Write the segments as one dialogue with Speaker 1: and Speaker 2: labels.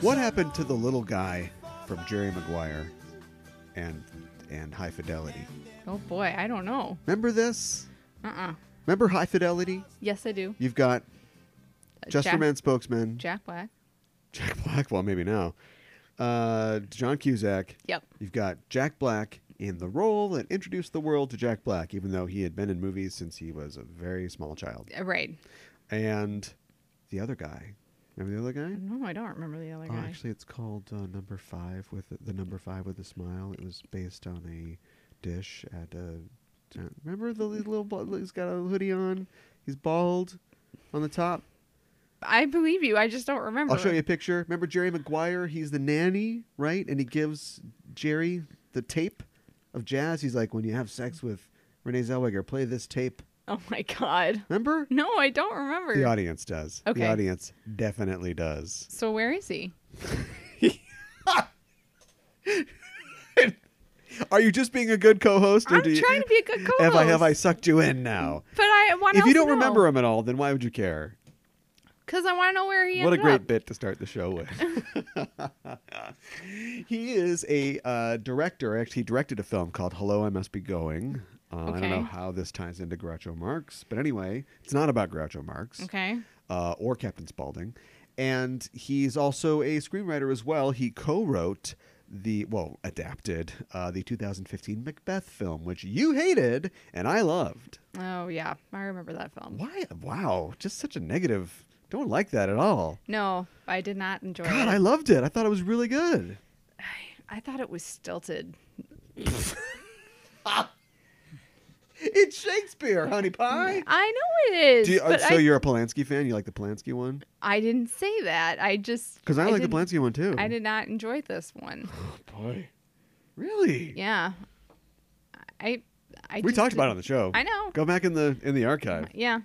Speaker 1: What happened to the little guy from Jerry Maguire and and High Fidelity?
Speaker 2: Oh boy, I don't know.
Speaker 1: Remember this?
Speaker 2: Uh uh
Speaker 1: Remember High Fidelity?
Speaker 2: Yes, I do.
Speaker 1: You've got
Speaker 2: Uh,
Speaker 1: Chester
Speaker 2: Jack,
Speaker 1: Man spokesman
Speaker 2: Jack Black.
Speaker 1: Jack Black. Well, maybe now. Uh, John Cusack.
Speaker 2: Yep.
Speaker 1: You've got Jack Black in the role that introduced the world to Jack Black, even though he had been in movies since he was a very small child.
Speaker 2: Uh, Right.
Speaker 1: And the other guy. Remember the other guy?
Speaker 2: No, I don't remember the other
Speaker 1: Oh,
Speaker 2: guy.
Speaker 1: actually, it's called uh, Number Five with the, the number five with a smile. It was based on a dish at a. Remember the li- little bald, he's got a hoodie on. He's bald on the top.
Speaker 2: I believe you. I just don't remember.
Speaker 1: I'll show
Speaker 2: it.
Speaker 1: you a picture. Remember Jerry Maguire? He's the nanny, right? And he gives Jerry the tape of jazz. He's like, when you have sex with Renee Zellweger, play this tape.
Speaker 2: Oh my god.
Speaker 1: Remember?
Speaker 2: No, I don't remember.
Speaker 1: The audience does.
Speaker 2: Okay.
Speaker 1: The audience definitely does.
Speaker 2: So where is he?
Speaker 1: Are you just being a good co-host, or
Speaker 2: I'm
Speaker 1: do you,
Speaker 2: trying to be a good co-host.
Speaker 1: have I have I sucked you in now?
Speaker 2: But I want.
Speaker 1: if you don't remember him at all, then why would you care?
Speaker 2: because I want to know where he.
Speaker 1: what a
Speaker 2: ended
Speaker 1: great
Speaker 2: up.
Speaker 1: bit to start the show with. he is a uh, director. Actually, he directed a film called Hello, I Must Be Going. Uh, I don't
Speaker 2: Okay.
Speaker 1: know how this ties into Groucho Marx, but anyway, it's not about Groucho Marx
Speaker 2: Okay.
Speaker 1: uh, or Captain Spaulding. And he's also a screenwriter as well. He co wrote the, well, adapted uh, the 2015 Macbeth film, which you hated and I loved.
Speaker 2: Oh yeah, I remember that film.
Speaker 1: Why? Wow. Just such a negative. Don't like that at all.
Speaker 2: No, I did not enjoy
Speaker 1: God,
Speaker 2: it.
Speaker 1: I loved it. I thought it was really good.
Speaker 2: I thought it was stilted.
Speaker 1: It's Shakespeare, honey pie.
Speaker 2: I know it is.
Speaker 1: Do you, uh,
Speaker 2: but
Speaker 1: so
Speaker 2: I,
Speaker 1: you're a Polanski fan? You like the Polanski one?
Speaker 2: I didn't say that. I just
Speaker 1: Because I, like the
Speaker 2: didn't-
Speaker 1: Polanski one too. Oh,
Speaker 2: I did not enjoy this one.
Speaker 1: Boy, really?
Speaker 2: Yeah, I. I
Speaker 1: we
Speaker 2: just
Speaker 1: talked about it on
Speaker 2: didn't-
Speaker 1: the show.
Speaker 2: I know.
Speaker 1: Go back in the in the archive.
Speaker 2: Yeah,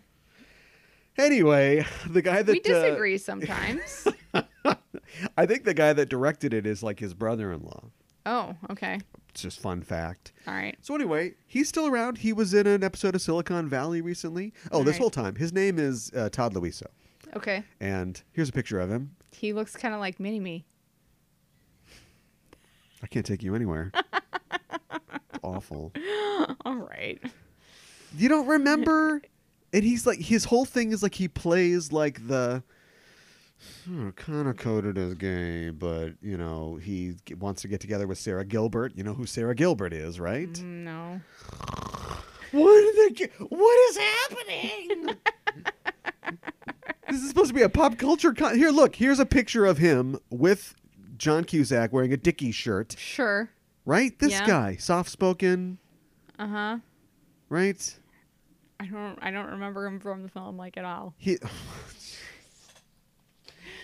Speaker 1: Anyway, the guy that
Speaker 2: we
Speaker 1: uh,
Speaker 2: disagree sometimes.
Speaker 1: I think the guy that directed it is like his brother-in-law.
Speaker 2: oh, okay.
Speaker 1: It's just fun fact.
Speaker 2: All right.
Speaker 1: So anyway, he's still around. He was in an episode of Silicon Valley recently. Oh, this
Speaker 2: Alright.
Speaker 1: whole time, his name is uh, Todd Luiso,
Speaker 2: Okay.
Speaker 1: and here's a picture of him.
Speaker 2: He looks kind of like Mini Me.
Speaker 1: I can't take you anywhere. It's awful.
Speaker 2: All right.
Speaker 1: You don't remember? And he's like, his whole thing is like he plays like the. kind of coded as gay, but you know he g- wants to get together with Sarah Gilbert. You know who Sarah Gilbert is, right?
Speaker 2: No.
Speaker 1: What are the, g- What is happening? this is supposed to be a pop culture. Con- Here, look. Here's a picture of him with John Cusack wearing a Dickie shirt.
Speaker 2: Sure.
Speaker 1: Right, this
Speaker 2: Yeah.
Speaker 1: guy, soft spoken.
Speaker 2: Uh huh.
Speaker 1: Right.
Speaker 2: I don't. I don't remember him from the film like at all.
Speaker 1: He.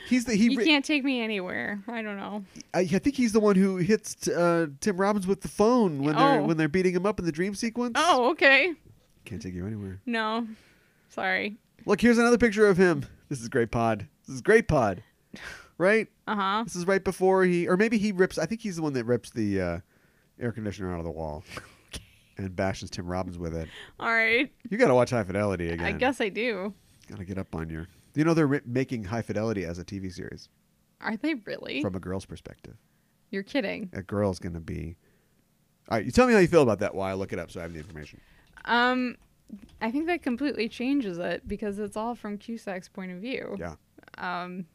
Speaker 1: He's the he.
Speaker 2: You
Speaker 1: re-
Speaker 2: can't take me anywhere. I don't know.
Speaker 1: I, I think he's the one who hits uh, Tim Robbins with the phone when they're
Speaker 2: Oh.
Speaker 1: when they're beating him up in the dream sequence.
Speaker 2: Oh, okay.
Speaker 1: can't take you anywhere.
Speaker 2: No. Sorry.
Speaker 1: Look, here's another picture of him. This is great pod. This is great pod. Right.
Speaker 2: Uh huh.
Speaker 1: This is right before he, or maybe he rips. I think he's the one that rips the uh, air conditioner out of the wall and bashes Tim Robbins with it.
Speaker 2: All right.
Speaker 1: You got to watch High Fidelity again.
Speaker 2: I guess I do.
Speaker 1: Got to get up on your. You know they're ri- making High Fidelity as a TV series
Speaker 2: Are they really?
Speaker 1: from a girl's perspective.
Speaker 2: You're kidding.
Speaker 1: A girl's gonna be. All right, you tell me how you feel about that while I look it up so I have the information.
Speaker 2: Um, I think that completely changes it because it's all from Cusack's point of view.
Speaker 1: Yeah,
Speaker 2: Um,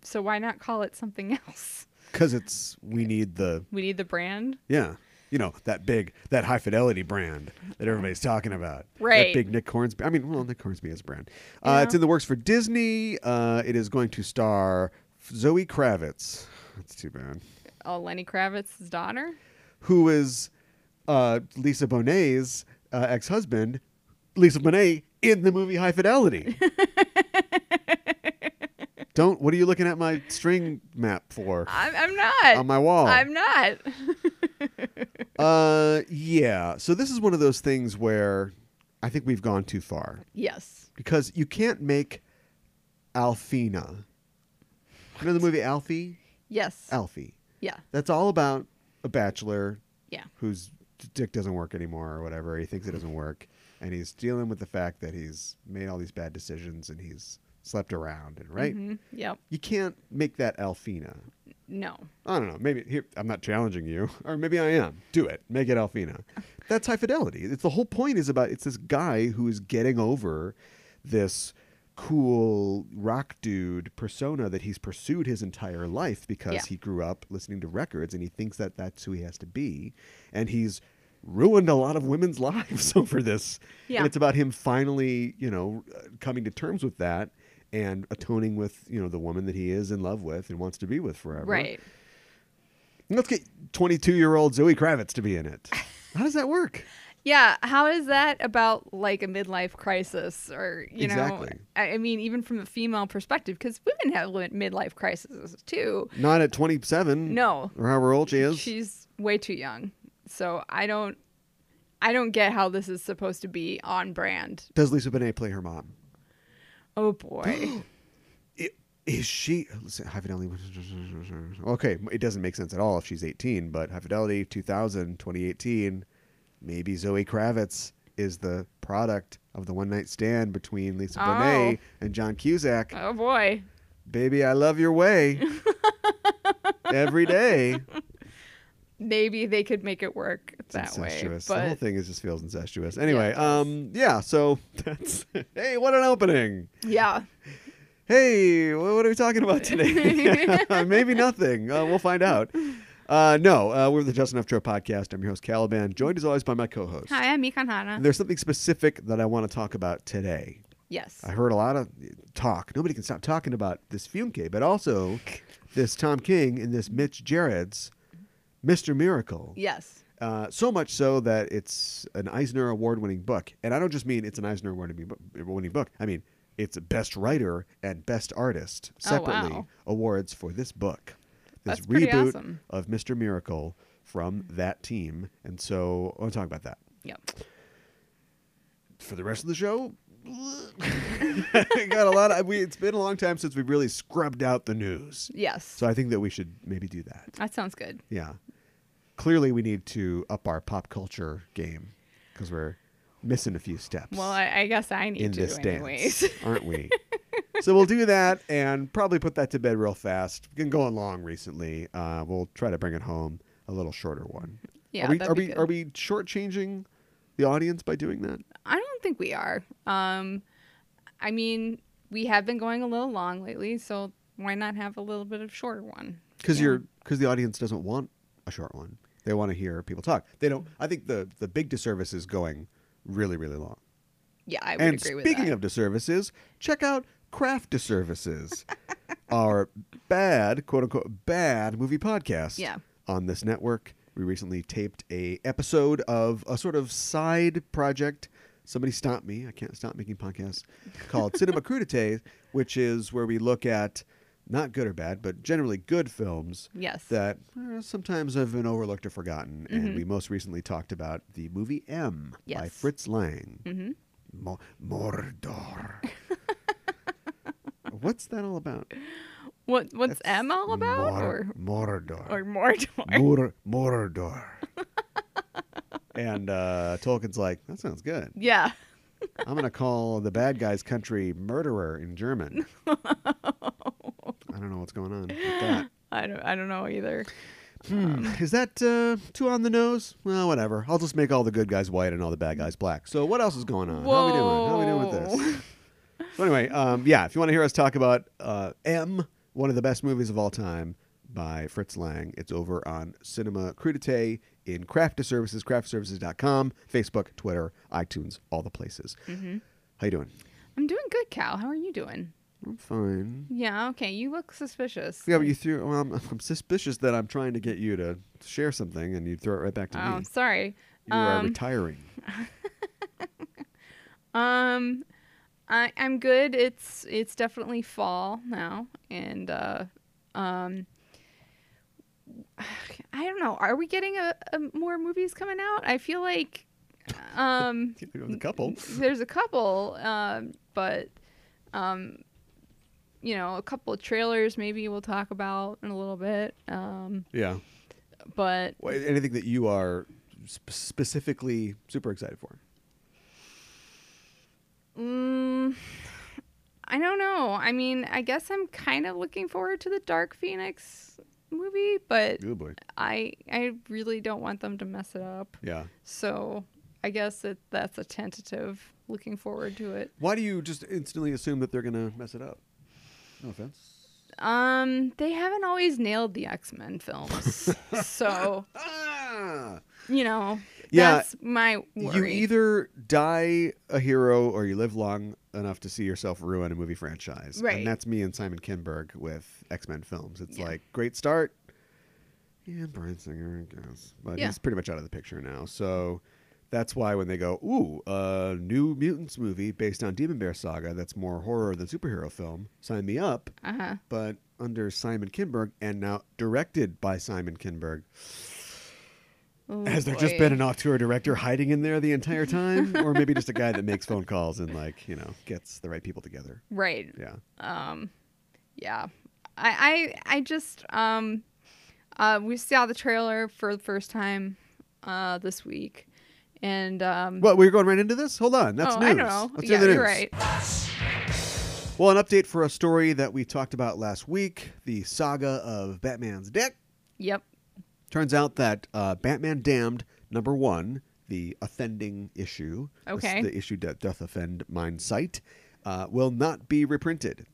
Speaker 2: so why not call it something else?
Speaker 1: because it's we need the
Speaker 2: We need the brand.
Speaker 1: yeah. You know that big that high fidelity brand that everybody's talking about. That
Speaker 2: Right.
Speaker 1: big Nick Hornsby. I mean, well, Nick Hornsby is a brand. Uh,
Speaker 2: Yeah.
Speaker 1: It's in the works for Disney. Uh, it is going to star Zoe Kravitz. That's too bad.
Speaker 2: Oh, Lenny Kravitz's daughter.
Speaker 1: Who is uh, Lisa Bonet's uh, ex-husband? Lisa Bonet in the movie High Fidelity. Don't. What are you looking at my string map for?
Speaker 2: I'm, I'm not.
Speaker 1: on my wall.
Speaker 2: I'm not.
Speaker 1: Uh, yeah. So this is one of those things where I think we've gone too far
Speaker 2: yes.
Speaker 1: because you can't make Alfina. You know the movie Alfie?
Speaker 2: Yes.
Speaker 1: Alfie.
Speaker 2: Yeah.
Speaker 1: That's all about a bachelor
Speaker 2: Yeah.
Speaker 1: whose dick doesn't work anymore or whatever. He thinks it doesn't work, and he's dealing with the fact that he's made all these bad decisions and he's slept around and right.
Speaker 2: Mhm. Yep.
Speaker 1: You can't make that Alfina.
Speaker 2: No.
Speaker 1: I don't know. Maybe here, I'm not challenging you, or maybe I am. Do it. Make it Alfina. That's high fidelity. It's the whole point is about it's this guy who is getting over this cool rock dude persona that he's pursued his entire life because
Speaker 2: Yeah.
Speaker 1: he grew up listening to records and he thinks that that's who he has to be, and he's ruined a lot of women's lives over this.
Speaker 2: Yeah.
Speaker 1: And it's about him finally, you know, uh, coming to terms with that and atoning with, you know, the woman that he is in love with and wants to be with forever.
Speaker 2: Right.
Speaker 1: Let's get 22 year old Zoe Kravitz to be in it. How does that work?
Speaker 2: Yeah. How is that about like a midlife crisis or, you know,
Speaker 1: Exactly.
Speaker 2: I I mean, even from a female perspective, because women have li- midlife crises too.
Speaker 1: Not at 27.
Speaker 2: No.
Speaker 1: Or however old she is.
Speaker 2: She's way too young. So I don't, I don't get how this is supposed to be on brand.
Speaker 1: Does Lisa Bonet play her mom?
Speaker 2: Oh boy.
Speaker 1: I- Is she. listen, High Fidelity. Okay, it doesn't make sense at all if she's 18, but High Fidelity 2000, 2018, maybe Zoe Kravitz is the product of the one night stand between Lisa
Speaker 2: Oh.
Speaker 1: Bonet and John Cusack.
Speaker 2: oh boy.
Speaker 1: Baby, I love your way. Every day.
Speaker 2: Maybe they could make it work
Speaker 1: It's
Speaker 2: that way.
Speaker 1: incestuous. the whole
Speaker 2: But
Speaker 1: thing is just feels incestuous. Anyway,
Speaker 2: it does.
Speaker 1: um, yeah. So that's hey, what an opening.
Speaker 2: yeah.
Speaker 1: Hey, wh- what are we talking about today? Maybe nothing. Uh, we'll find out. Uh, no, uh, we're the Just Enough Show podcast. I'm your host Caliban, joined as always by my co-host.
Speaker 2: Hi, I'm Mikan Hana.
Speaker 1: And There's something specific that I want to talk about today.
Speaker 2: Yes.
Speaker 1: I heard a lot of talk. Nobody can stop talking about this Fumke, but also this Tom King and this Mitch Jarrett's Mr. Miracle.
Speaker 2: Yes.
Speaker 1: Uh, so much so that it's an Eisner Award-winning book, and I don't just mean it's an Eisner Award-winning bu- winning book. I mean it's a Best Writer and Best Artist
Speaker 2: Oh, wow.
Speaker 1: separately awards for this book, this
Speaker 2: That's pretty
Speaker 1: reboot
Speaker 2: awesome.
Speaker 1: of Mister Miracle from that team. And so I want to talk about that
Speaker 2: Yep.
Speaker 1: for the rest of the show. got a lot. Of, we, it's been a long time since we really scrubbed out the news,
Speaker 2: Yes.
Speaker 1: so I think that we should maybe do that.
Speaker 2: that sounds good.
Speaker 1: Yeah. Clearly, we need to up our pop culture game because we're missing a few steps
Speaker 2: Well, I, I guess I need
Speaker 1: in
Speaker 2: to
Speaker 1: this
Speaker 2: anyways.
Speaker 1: dance, aren't we? so we'll do that and probably put that to bed real fast. We've been going long recently. Uh, we'll try to bring it home a little shorter one.
Speaker 2: Yeah,
Speaker 1: are we
Speaker 2: that'd
Speaker 1: are
Speaker 2: be
Speaker 1: we
Speaker 2: good.
Speaker 1: are we shortchanging the audience by doing that?
Speaker 2: I don't think we are. Um, I mean, we have been going a little long lately, so why not have a little bit of shorter one?
Speaker 1: Because
Speaker 2: Yeah.
Speaker 1: you're because the audience doesn't want a short one. They want to hear people talk. They don't. I think the the big disservice is going really really long.
Speaker 2: Yeah, I would
Speaker 1: And
Speaker 2: agree with
Speaker 1: speaking
Speaker 2: that.
Speaker 1: of disservices, check out Craft Disservices, our bad, quote unquote, bad movie podcast.
Speaker 2: Yeah.
Speaker 1: On this network, we recently taped a episode of a sort of side project. Somebody stop me! I can't stop making podcasts. Called Cinema Crudité, which is where we look at not good or bad, but generally good films
Speaker 2: yes.
Speaker 1: that eh, sometimes have been overlooked or forgotten. And we most recently talked about the movie M by
Speaker 2: Mm-hmm. Yes.
Speaker 1: Fritz Lang.
Speaker 2: Mhm.
Speaker 1: Mo- Mordor. What's that all about?
Speaker 2: what what's
Speaker 1: That's
Speaker 2: M all about,
Speaker 1: Mor- Mordor.
Speaker 2: or or Mordor?
Speaker 1: Mor- Mordor. and uh, Tolkien's like, that sounds good.
Speaker 2: yeah.
Speaker 1: I'm going to call the bad guy's country murderer in German. I don't know what's going on with that.
Speaker 2: I don't I don't know either.
Speaker 1: Hmm. Is that uh, too on the nose? Well, whatever. I'll just make all the good guys white and all the bad guys black. So what else is going on? How we doing? How we doing with this? so anyway, um, yeah. If you want to hear us talk about uh, M, one of the best movies of all time by Fritz Lang, it's over on Cinema Crudité in Craft Services, craftservices.com, Facebook, Twitter, iTunes, all the places. How you doing?
Speaker 2: I'm doing good, Cal. How are you doing?
Speaker 1: I'm fine.
Speaker 2: Yeah, okay. You look suspicious.
Speaker 1: Yeah, but you threw. Well, I'm, I'm suspicious that I'm trying to get you to share something, and you throw it right back to
Speaker 2: Oh,
Speaker 1: me.
Speaker 2: sorry.
Speaker 1: You are retiring.
Speaker 2: Um, I I'm good. It's it's definitely fall now, and uh, um, I don't know. Are we getting a, a more movies coming out? I feel like um,
Speaker 1: a couple.
Speaker 2: there's a couple, um, but um, you know, a couple of trailers maybe we'll talk about in a little bit. Um,
Speaker 1: Yeah.
Speaker 2: but
Speaker 1: Well, anything that you are sp- specifically super excited for?
Speaker 2: Mm, I don't know. I mean, I guess I'm kind of looking forward to the Dark Phoenix movie, but
Speaker 1: Good Oh, boy.
Speaker 2: I I really don't want them to mess it up.
Speaker 1: Yeah.
Speaker 2: So I guess that that's a tentative looking forward to it.
Speaker 1: Why do you just instantly assume that they're gonna mess it up? No offense.
Speaker 2: Um, they haven't always nailed the X Men films, so
Speaker 1: Ah!
Speaker 2: you know
Speaker 1: Yeah,
Speaker 2: that's my worry.
Speaker 1: You either die a hero or you live long enough to see yourself ruin a movie franchise.
Speaker 2: Right.
Speaker 1: And that's me and Simon Kinberg with X Men films. It's
Speaker 2: Yeah.
Speaker 1: like great start. Yeah, Brian Singer, I guess. But
Speaker 2: Yeah.
Speaker 1: he's pretty much out of the picture now. So that's why when they go, ooh, a new mutants movie based on Demon Bear saga that's more horror than superhero film, sign me up.
Speaker 2: uh-huh.
Speaker 1: But under Simon Kinberg and now directed by Simon Kinberg.
Speaker 2: Oh,
Speaker 1: Has there just
Speaker 2: boy.
Speaker 1: been an auteur director hiding in there the entire time, or maybe just a guy that makes phone calls and like you know gets the right people together?
Speaker 2: right?
Speaker 1: Yeah,
Speaker 2: um yeah i i i just um uh we saw the trailer for the first time uh this week and um
Speaker 1: well, we're going right into this. Hold on, that's
Speaker 2: oh,
Speaker 1: news.
Speaker 2: i don't know
Speaker 1: Let's do
Speaker 2: yeah
Speaker 1: the
Speaker 2: you're
Speaker 1: news.
Speaker 2: right
Speaker 1: Well, an update for a story that we talked about last week: the saga of Batman's deck.
Speaker 2: yep
Speaker 1: Turns out that uh, Batman Damned number one, the offending issue, the s-
Speaker 2: Okay.
Speaker 1: the issue that doth offend mine sight, uh, will not be reprinted.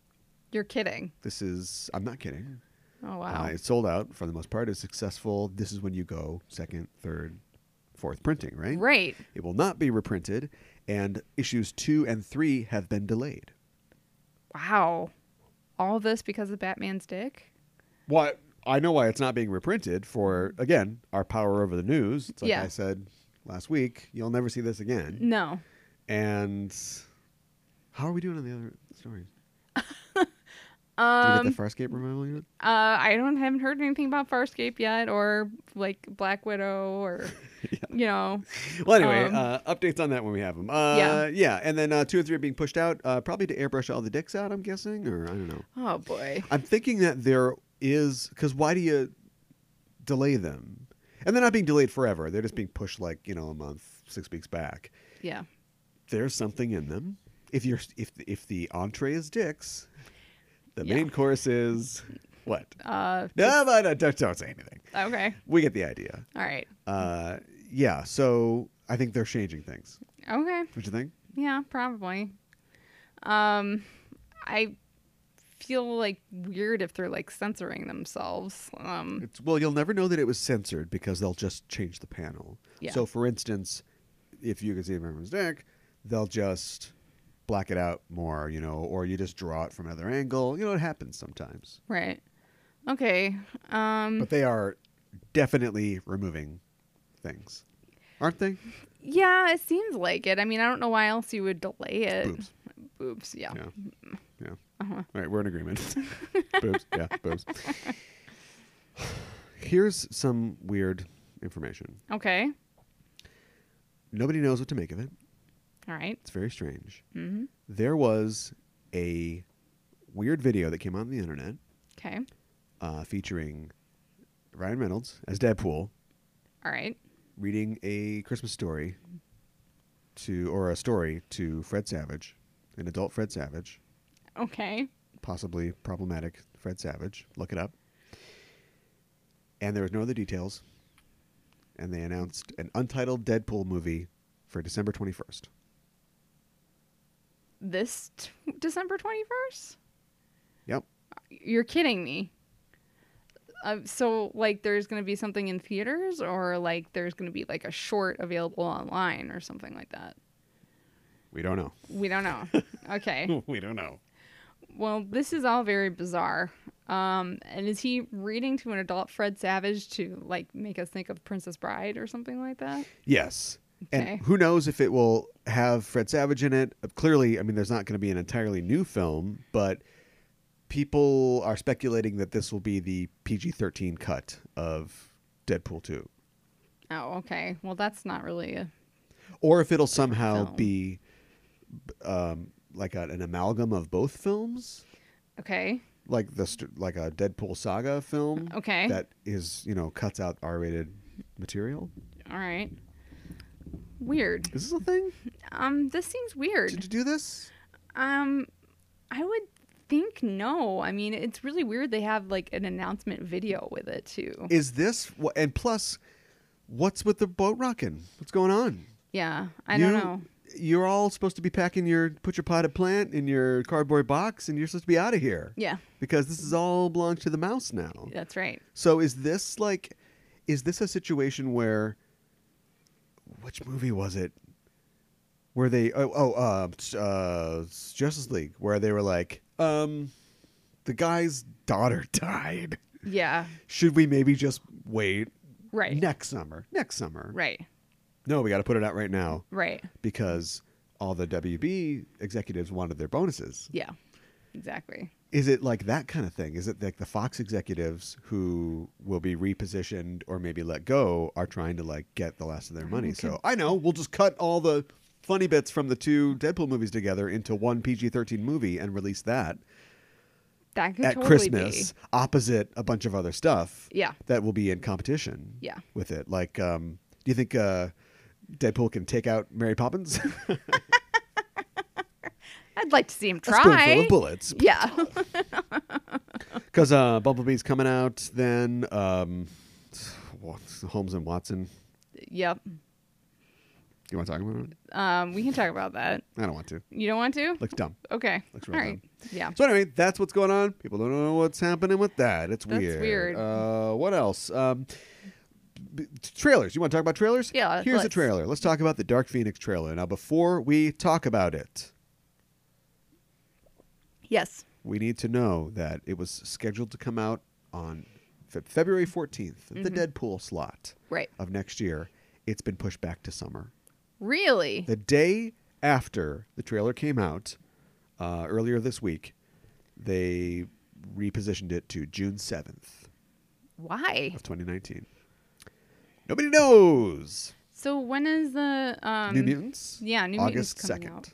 Speaker 2: you're kidding
Speaker 1: This is I'm not kidding.
Speaker 2: oh
Speaker 1: Uh,
Speaker 2: wow
Speaker 1: it sold out for the most part. It's successful. This is when you go second, third, fourth printing, right?
Speaker 2: right
Speaker 1: It will not be reprinted, and issues two and three have been delayed.
Speaker 2: wow all this because of batman's dick
Speaker 1: Why? I know why it's not being reprinted. For again, our power over the news. It's like
Speaker 2: Yeah. Mm.
Speaker 1: I said last week. You'll never see this again.
Speaker 2: no
Speaker 1: And how are we doing on the other stories? Did we
Speaker 2: um
Speaker 1: get the Farscape revival yet?
Speaker 2: uh i don't haven't heard anything about farscape yet or like black widow or you know
Speaker 1: Well, anyway,
Speaker 2: Um,
Speaker 1: uh, updates on that when we have them. Uh, yeah,
Speaker 2: Yeah.
Speaker 1: and then uh, two and three are being pushed out, uh, probably to airbrush all the dicks out. I'm guessing, or I don't know.
Speaker 2: oh boy
Speaker 1: I'm thinking that there is because why do you delay them? And they're not being delayed forever. They're just being pushed like you know a month, six weeks back.
Speaker 2: yeah
Speaker 1: There's something in them. If you're if if the entree is dicks, the
Speaker 2: Yeah.
Speaker 1: main course is what?
Speaker 2: uh
Speaker 1: No, no, no, don't, don't say anything.
Speaker 2: okay
Speaker 1: We get the idea.
Speaker 2: all right
Speaker 1: Uh, yeah. So I think they're changing things.
Speaker 2: okay
Speaker 1: Don't you think?
Speaker 2: Yeah, probably. Um, I feel like weird if they're like censoring themselves. Um,
Speaker 1: It's, well, you'll never know that it was censored because they'll just change the panel.
Speaker 2: Yeah.
Speaker 1: So, for instance, if you can see everyone's deck, they'll just black it out more, you know, or you just draw it from another angle. You know, it happens sometimes.
Speaker 2: right. Okay. Um,
Speaker 1: But they are definitely removing things, aren't they?
Speaker 2: yeah, it seems like it. I mean, I don't know why else you would delay it.
Speaker 1: Boobs.
Speaker 2: Boobs, yeah.
Speaker 1: Yeah. Yeah.
Speaker 2: Uh, oh. Uh-huh.
Speaker 1: All right, we're in agreement. boobs. Yeah, boobs. Here's some weird information.
Speaker 2: Okay.
Speaker 1: Nobody knows what to make of it.
Speaker 2: All right.
Speaker 1: It's very strange.
Speaker 2: Mm-hmm.
Speaker 1: there was a weird video that came on the internet
Speaker 2: Okay.
Speaker 1: uh, featuring Ryan Reynolds as Deadpool
Speaker 2: All right.
Speaker 1: reading a Christmas story to or a story to Fred Savage, an adult Fred Savage,
Speaker 2: Okay.
Speaker 1: possibly problematic Fred Savage. Look it up. And there was no other details. And they announced an untitled Deadpool movie for December 21st.
Speaker 2: This t- December 21st?
Speaker 1: Yep.
Speaker 2: You're kidding me. Uh, so like there's going to be something in theaters or like there's going to be like a short available online or something like that.
Speaker 1: We don't know.
Speaker 2: We don't know. okay.
Speaker 1: we don't know.
Speaker 2: Well, this is all very bizarre. Um and is he reading to an adult Fred Savage to like make us think of Princess Bride or something like that?
Speaker 1: Yes.
Speaker 2: Okay.
Speaker 1: And who knows if it will have Fred Savage in it. Uh, Clearly, I mean, there's not going to be an entirely new film, but people are speculating that this will be the PG 13 cut of Deadpool 2.
Speaker 2: Oh, okay. Well, that's not really a
Speaker 1: Or if it'll somehow
Speaker 2: film.
Speaker 1: be um, like a, an amalgam of both films,
Speaker 2: Okay.
Speaker 1: like the st- like a Deadpool saga film
Speaker 2: Uh, Okay.
Speaker 1: that is, you know, cuts out R rated material.
Speaker 2: All right. Weird.
Speaker 1: Is this a thing?
Speaker 2: Um this seems
Speaker 1: Did
Speaker 2: weird.
Speaker 1: you do this?
Speaker 2: Um I would think no. I mean, it's really weird they have like an announcement video with it too.
Speaker 1: Is this wh- and plus, what's with the boat rocking? What's going on?
Speaker 2: Yeah, I
Speaker 1: You-
Speaker 2: don't know.
Speaker 1: You're all supposed to be packing your put your potted plant in your cardboard box, and you're supposed to be out of here
Speaker 2: Yeah,
Speaker 1: because this is all belongs to the mouse now.
Speaker 2: that's right.
Speaker 1: So is this like, is this a situation where, which movie was it? Where they oh oh uh, s- uh s- Justice League where they were like um, the guy's daughter died.
Speaker 2: Yeah,
Speaker 1: Should we maybe just wait
Speaker 2: right,
Speaker 1: next summer? Next summer?
Speaker 2: right,
Speaker 1: No, we got to put it out right now
Speaker 2: right.
Speaker 1: because all the WB executives wanted their bonuses.
Speaker 2: Yeah, exactly.
Speaker 1: Is it like that kind of thing? Is it like the Fox executives who will be repositioned or maybe let go are trying to like get the last of their money? So I know we'll just cut all the funny bits from the two Deadpool movies together into one PG 13 movie and release that
Speaker 2: That could
Speaker 1: at
Speaker 2: totally
Speaker 1: Christmas opposite a bunch of other stuff
Speaker 2: be. Yeah,
Speaker 1: that will be in competition
Speaker 2: yeah.
Speaker 1: with it. Like, um, do you think uh, Deadpool can take out Mary Poppins?
Speaker 2: I'd like to see him
Speaker 1: A spoonful
Speaker 2: try.
Speaker 1: of bullets.
Speaker 2: Yeah,
Speaker 1: Because uh, Bumblebee's coming out then. Um, what's- Holmes and Watson.
Speaker 2: yep.
Speaker 1: You want to talk about it?
Speaker 2: Um, we can talk about that.
Speaker 1: I don't want to.
Speaker 2: You don't want to?
Speaker 1: Looks dumb.
Speaker 2: Okay.
Speaker 1: Looks
Speaker 2: All
Speaker 1: real
Speaker 2: right. Yeah.
Speaker 1: So anyway, that's what's going on. People don't know what's happening with that. It's
Speaker 2: That's
Speaker 1: weird.
Speaker 2: weird.
Speaker 1: Uh, what else? Um, b- trailers. You want to talk about trailers?
Speaker 2: Yeah,
Speaker 1: Here's a
Speaker 2: let's.
Speaker 1: trailer. Let's talk about the Dark Phoenix trailer. Now, before we talk about it,
Speaker 2: Yes.
Speaker 1: we need to know that it was scheduled to come out on Fe- February 14th,
Speaker 2: Mm-hmm.
Speaker 1: the Deadpool slot
Speaker 2: Right.
Speaker 1: of next year. It's been pushed back to summer.
Speaker 2: Really?
Speaker 1: The day after the trailer came out, uh, earlier this week, they repositioned it to June 7th
Speaker 2: Why?
Speaker 1: of 2019. Nobody knows.
Speaker 2: So when is the um
Speaker 1: New Mutants?
Speaker 2: Yeah, New Mutants
Speaker 1: August
Speaker 2: coming out.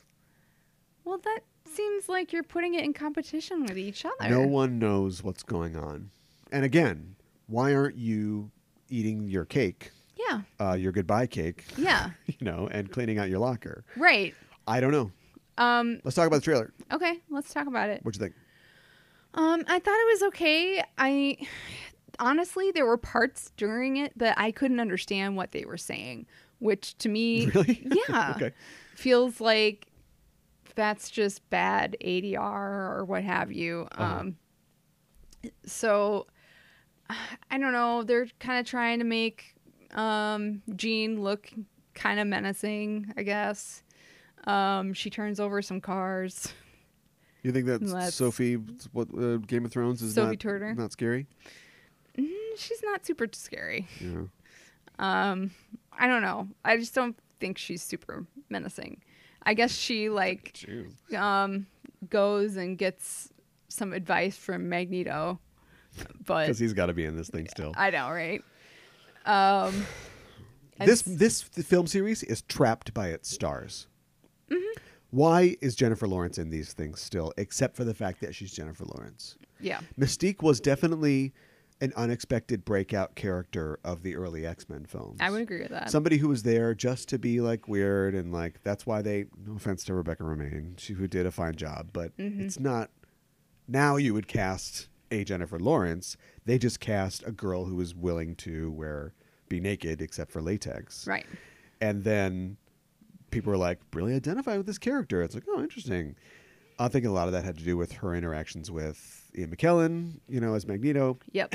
Speaker 2: Well, that seems like you're putting it in competition with each other.
Speaker 1: No one knows what's going on. And again, why aren't you eating your cake,
Speaker 2: Yeah.
Speaker 1: uh, your goodbye cake,
Speaker 2: Yeah.
Speaker 1: you know, and cleaning out your locker?
Speaker 2: right.
Speaker 1: I don't know.
Speaker 2: Um
Speaker 1: Let's talk about the trailer.
Speaker 2: okay, let's talk about it.
Speaker 1: What do you think?
Speaker 2: Um I thought it was okay. I honestly there were parts during it that I couldn't understand what they were saying, which to me
Speaker 1: Really?
Speaker 2: Yeah.
Speaker 1: okay.
Speaker 2: feels like that's just bad ADR or what have you.
Speaker 1: Uh-huh.
Speaker 2: Um, so I don't know. They're kind of trying to make um, Jean look kind of menacing, I guess. Um, she turns over some cars.
Speaker 1: You think that
Speaker 2: Let's-
Speaker 1: Sophie, what uh, Game of Thrones is
Speaker 2: Sophie
Speaker 1: not,
Speaker 2: Turner?
Speaker 1: not scary?
Speaker 2: Mm, She's not super scary.
Speaker 1: Yeah.
Speaker 2: Um, I don't know. I just don't think she's super menacing. I guess she like um, goes and gets some advice from Magneto, but
Speaker 1: Because he's got to be in this thing still.
Speaker 2: I know, right? Um, and
Speaker 1: this
Speaker 2: s-
Speaker 1: this film series is trapped by its stars.
Speaker 2: Mm-hmm.
Speaker 1: Why is Jennifer Lawrence in these things still, except for the fact that she's Jennifer Lawrence?
Speaker 2: yeah,
Speaker 1: Mystique was definitely an unexpected breakout character of the early X Men films.
Speaker 2: I would agree with that.
Speaker 1: Somebody who was there just to be like weird and like that's why they. No offense to Rebecca Romaine, she who did a fine job, but it's not. Now you would cast a Jennifer Lawrence. They just cast a girl who was willing to wear be naked except for latex,
Speaker 2: right,
Speaker 1: and then people were like really identify with this character. It's like oh interesting. I think a lot of that had to do with her interactions with Ian McKellen, you know, as Magneto.
Speaker 2: yep,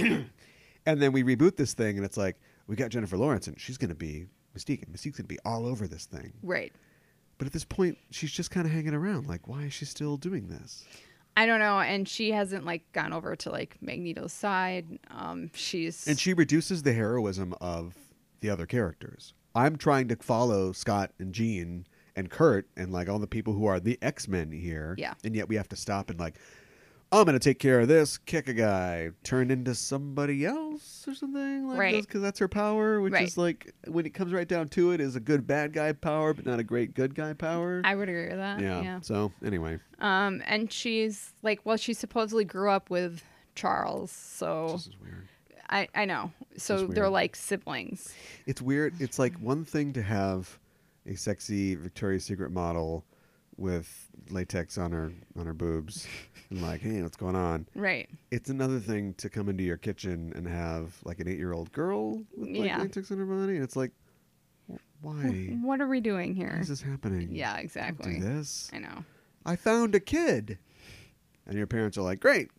Speaker 1: And then we reboot this thing, and it's like we got Jennifer Lawrence, and she's going to be Mystique, and Mystique's going to be all over this thing.
Speaker 2: right.
Speaker 1: But at this point, she's just kind of hanging around. Like, why is she still doing this?
Speaker 2: I don't know, and she hasn't like gone over to like Magneto's side. Um, she's
Speaker 1: And she reduces the heroism of the other characters. I'm trying to follow Scott and Jean and Kurt and like all the people who are the X Men here.
Speaker 2: Yeah.
Speaker 1: And yet we have to stop and like, I'm going to take care of this, kick a guy, turn into somebody else or something. Like
Speaker 2: Right.
Speaker 1: Because that's her power, which
Speaker 2: Right.
Speaker 1: is like, when it comes right down to it, is a good bad guy power, but not a great good guy power.
Speaker 2: I would agree with that.
Speaker 1: yeah.
Speaker 2: Yeah.
Speaker 1: So, anyway,
Speaker 2: Um, and she's like, well, she supposedly grew up with Charles, so
Speaker 1: this is weird.
Speaker 2: I I know. So
Speaker 1: is
Speaker 2: they're
Speaker 1: weird.
Speaker 2: like siblings. Mm-hmm.
Speaker 1: It's weird. It's like one thing to have a sexy Victoria's Secret model with latex on her on her boobs and like, hey, what's going on?
Speaker 2: Right.
Speaker 1: It's another thing to come into your kitchen and have like an eight year old girl with like,
Speaker 2: Yeah.
Speaker 1: latex on her body, and it's like, why?
Speaker 2: What are we doing
Speaker 1: Why
Speaker 2: here?
Speaker 1: is this happening?
Speaker 2: Yeah,
Speaker 1: Don't do
Speaker 2: exactly.
Speaker 1: this.
Speaker 2: I know.
Speaker 1: I found a kid, and your parents are like, great.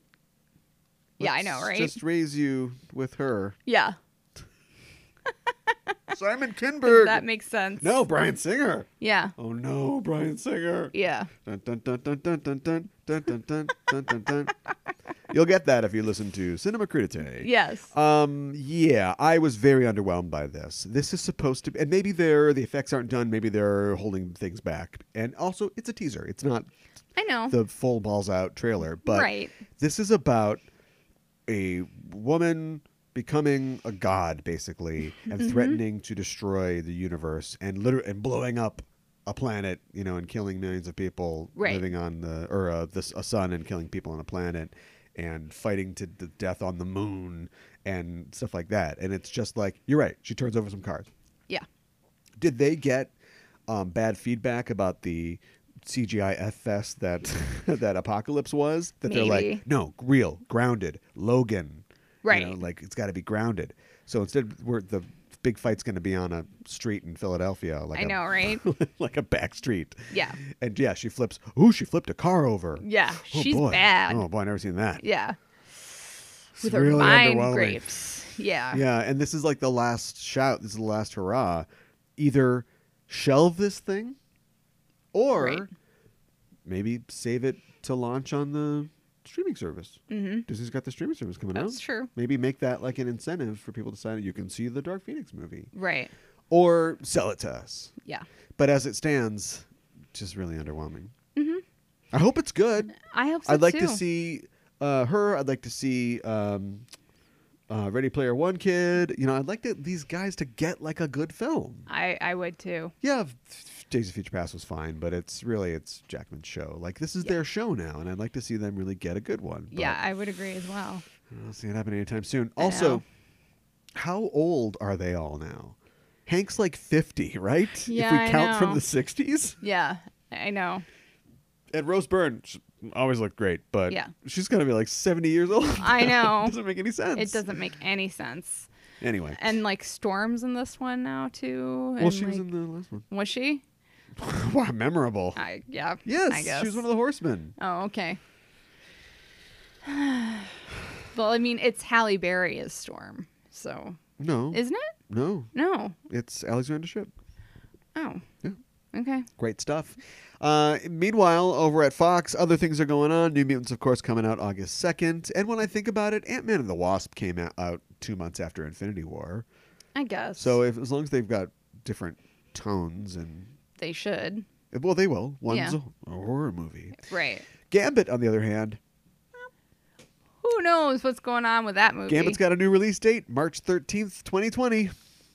Speaker 2: Yeah, I know,
Speaker 1: let's
Speaker 2: right?
Speaker 1: Just raise you with her,
Speaker 2: Yeah.
Speaker 1: Simon Kinberg.
Speaker 2: That makes sense.
Speaker 1: no, Brian Singer.
Speaker 2: Yeah.
Speaker 1: Oh no, Brian Singer.
Speaker 2: Yeah.
Speaker 1: Dun, dun, dun, dun, dun, dun, dun, dun, dun, dun, dun, dun, dun. You'll get that if you listen to Cinema Critique.
Speaker 2: Yes.
Speaker 1: Um, yeah, I was very underwhelmed by this. This is supposed to be, and maybe they're, the effects aren't done, maybe they're holding things back. And also, it's a teaser. It's not
Speaker 2: I know.
Speaker 1: the full balls out trailer, but
Speaker 2: Oh. right.
Speaker 1: this is about a woman becoming a god basically and threatening to destroy the universe and liter- and blowing up a planet you know and killing millions of people
Speaker 2: Right.
Speaker 1: living on the or uh, this a sun and killing people on a planet and fighting to the death on the moon and stuff like that and it's just like you're right she turns over some cards
Speaker 2: Yeah.
Speaker 1: did they get um, bad feedback about the CGI F fest that that Apocalypse was? That they're
Speaker 2: Maybe.
Speaker 1: like, no, real, grounded, Logan, You
Speaker 2: Right.
Speaker 1: know, like it's got to be grounded. So instead, we're the big fight's going to be on a street in Philadelphia, like
Speaker 2: I
Speaker 1: a-
Speaker 2: know, right?
Speaker 1: like a back street.
Speaker 2: Yeah.
Speaker 1: And yeah, she flips. Ooh, she flipped a car over.
Speaker 2: Yeah.
Speaker 1: Oh,
Speaker 2: She's
Speaker 1: boy.
Speaker 2: bad.
Speaker 1: Oh boy, I never seen that.
Speaker 2: Yeah.
Speaker 1: It's
Speaker 2: With her
Speaker 1: really
Speaker 2: mind
Speaker 1: underwhelming.
Speaker 2: grapes. Yeah.
Speaker 1: Yeah, and this is like the last shout. This is the last hurrah. Either shelve this thing, or
Speaker 2: Right.
Speaker 1: maybe save it to launch on the streaming service.
Speaker 2: Mm-hmm.
Speaker 1: Disney's got the streaming service coming
Speaker 2: That's
Speaker 1: out.
Speaker 2: true.
Speaker 1: Maybe make that like an incentive for people to sign it. You can see the Dark Phoenix movie,
Speaker 2: Right.
Speaker 1: or sell it to us.
Speaker 2: Yeah.
Speaker 1: But as it stands, just really underwhelming.
Speaker 2: Mhm.
Speaker 1: I hope it's good.
Speaker 2: I hope so
Speaker 1: I'd like
Speaker 2: too.
Speaker 1: to see uh, her. I'd like to see um, uh, Ready Player One kid. You know, I'd like to, these guys to get like a good film.
Speaker 2: I I would too.
Speaker 1: Yeah, f- f- Days of Future Past was fine, but it's really it's Jackman's show. Like this is
Speaker 2: Yeah.
Speaker 1: their show now, and I'd like to see them really get a good one. But
Speaker 2: Yeah, I would agree as well.
Speaker 1: I don't see it happening anytime soon.
Speaker 2: I
Speaker 1: Also,
Speaker 2: know.
Speaker 1: how old are they all now? Hank's like fifty, right?
Speaker 2: Yeah,
Speaker 1: if we
Speaker 2: I
Speaker 1: count from
Speaker 2: know.
Speaker 1: the sixties.
Speaker 2: Yeah. I know.
Speaker 1: And Rose Byrne she always looked great, but
Speaker 2: Yeah.
Speaker 1: she's gonna be like seventy years old.
Speaker 2: I
Speaker 1: now.
Speaker 2: know.
Speaker 1: doesn't make any sense.
Speaker 2: It doesn't make any sense.
Speaker 1: Anyway.
Speaker 2: And like storms in this one now too.
Speaker 1: well,
Speaker 2: and,
Speaker 1: she was
Speaker 2: like-
Speaker 1: in the last one.
Speaker 2: Was she?
Speaker 1: wow, memorable.
Speaker 2: I yeah.
Speaker 1: yes,
Speaker 2: I guess.
Speaker 1: she was one of the horsemen.
Speaker 2: Oh, okay. well, I mean, it's Halle Berry as Storm, so
Speaker 1: No,
Speaker 2: isn't it?
Speaker 1: no,
Speaker 2: No.
Speaker 1: it's Alexander Ship.
Speaker 2: Oh.
Speaker 1: Yeah.
Speaker 2: Okay.
Speaker 1: Great stuff. Uh, meanwhile, over at Fox, other things are going on. New Mutants, of course, coming out August 2nd. And when I think about it, Ant Man and the Wasp came out, out two months after Infinity War.
Speaker 2: I guess.
Speaker 1: So if, as long as they've got different tones and.
Speaker 2: they should.
Speaker 1: Well, they will. One's
Speaker 2: Yeah.
Speaker 1: a horror movie.
Speaker 2: Right.
Speaker 1: Gambit, on the other hand,
Speaker 2: Who knows what's going on with that movie?
Speaker 1: Gambit's got a new release date, March 13th, 2020.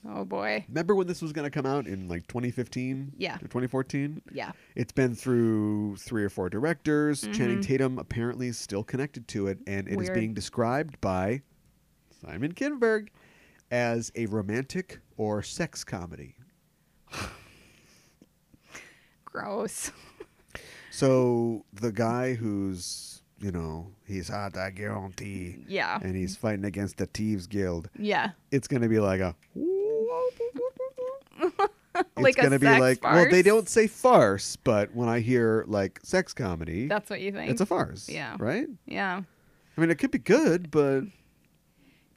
Speaker 2: oh boy.
Speaker 1: Remember when this was going to come out in like 2015?
Speaker 2: Yeah.
Speaker 1: Or 2014?
Speaker 2: Yeah.
Speaker 1: It's been through three or four directors. Channing
Speaker 2: Mhm.
Speaker 1: Tatum apparently is still connected to it, and it is
Speaker 2: Weird.
Speaker 1: being described by Simon Kinberg as a romantic or sex comedy.
Speaker 2: Gross.
Speaker 1: So the guy who's, you know, he's hot, I guarantee,
Speaker 2: Yeah.
Speaker 1: and he's fighting against the Thieves Guild,
Speaker 2: Yeah.
Speaker 1: it's going to be like a.
Speaker 2: Like
Speaker 1: it's
Speaker 2: a
Speaker 1: gonna be
Speaker 2: sex
Speaker 1: like well they
Speaker 2: farce?
Speaker 1: don't say farce but when i hear like sex comedy
Speaker 2: That's what you think.
Speaker 1: it's a farce
Speaker 2: Yeah.
Speaker 1: right
Speaker 2: yeah.
Speaker 1: I mean, it could be good, but you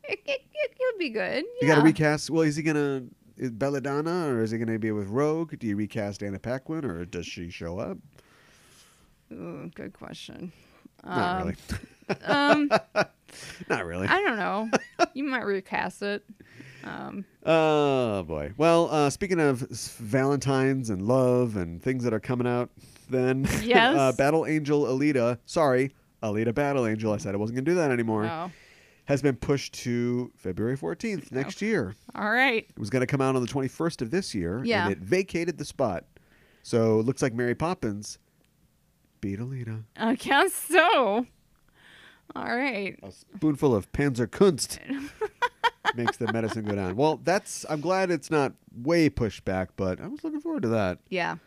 Speaker 2: It, it, it, it'll be good. Yeah.
Speaker 1: got to recast. Well, is he gonna is Belladonna or is he gonna be with Rogue? Do you recast Anna Paquin or does she show up?
Speaker 2: Ooh, good question.
Speaker 1: Not
Speaker 2: um,
Speaker 1: really.
Speaker 2: um,
Speaker 1: Not really.
Speaker 2: I don't know. You might recast it. Um,
Speaker 1: Oh boy. Well, uh, speaking of s- Valentines and love and things that are coming out, then
Speaker 2: Yes.
Speaker 1: uh, Battle Angel Alita. Sorry, Alita Battle Angel. I said I wasn't gonna do that anymore.
Speaker 2: oh,
Speaker 1: Has been pushed to February fourteenth next year.
Speaker 2: all right.
Speaker 1: It was going to come out on the 21st of this year,
Speaker 2: Yeah.
Speaker 1: and it vacated the spot. So it looks like Mary Poppins beat Alita.
Speaker 2: I guess so. All right.
Speaker 1: A spoonful of Panzerkunst makes the medicine go down. Well, that's I'm glad it's not way pushed back, but I was looking forward to that.
Speaker 2: Yeah.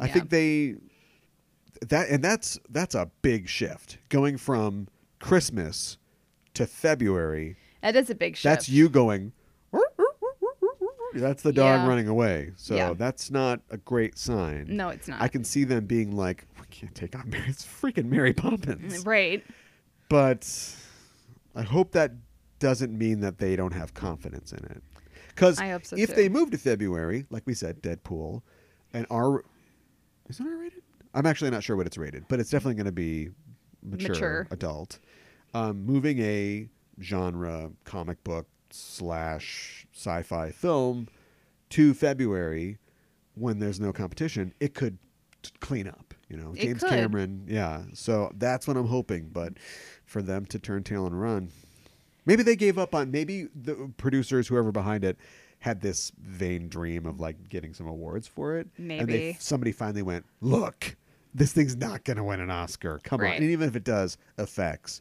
Speaker 1: I
Speaker 2: Yeah.
Speaker 1: think they that and that's that's a big shift going from Christmas to February.
Speaker 2: That is a big shift.
Speaker 1: That's you going. That's the dog
Speaker 2: Yeah.
Speaker 1: running away. So
Speaker 2: Yeah.
Speaker 1: that's not a great sign.
Speaker 2: No, it's not.
Speaker 1: I can see them being like, we can't take on Mary. It's freaking Mary Poppins.
Speaker 2: Mm, Right.
Speaker 1: But I hope that doesn't mean that they don't have confidence in it. Because
Speaker 2: I hope so,
Speaker 1: if
Speaker 2: too.
Speaker 1: they move to February, like we said, Deadpool, and R. Is it R rated? I'm actually not sure what it's rated, but it's definitely going to be mature,
Speaker 2: Mature.
Speaker 1: adult. Um, moving a genre comic book slash sci fi film to February when there's no competition, it could t- clean up. You know,
Speaker 2: It
Speaker 1: James
Speaker 2: could.
Speaker 1: Cameron. Yeah, so that's what I'm hoping. But for them to turn tail and run, maybe they gave up on. Maybe the producers, whoever behind it, had this vain dream of like getting some awards for it. and they,
Speaker 2: Maybe.
Speaker 1: somebody finally went, "Look, this thing's not going to win an Oscar. Come
Speaker 2: Right.
Speaker 1: on, and even if it does, effects.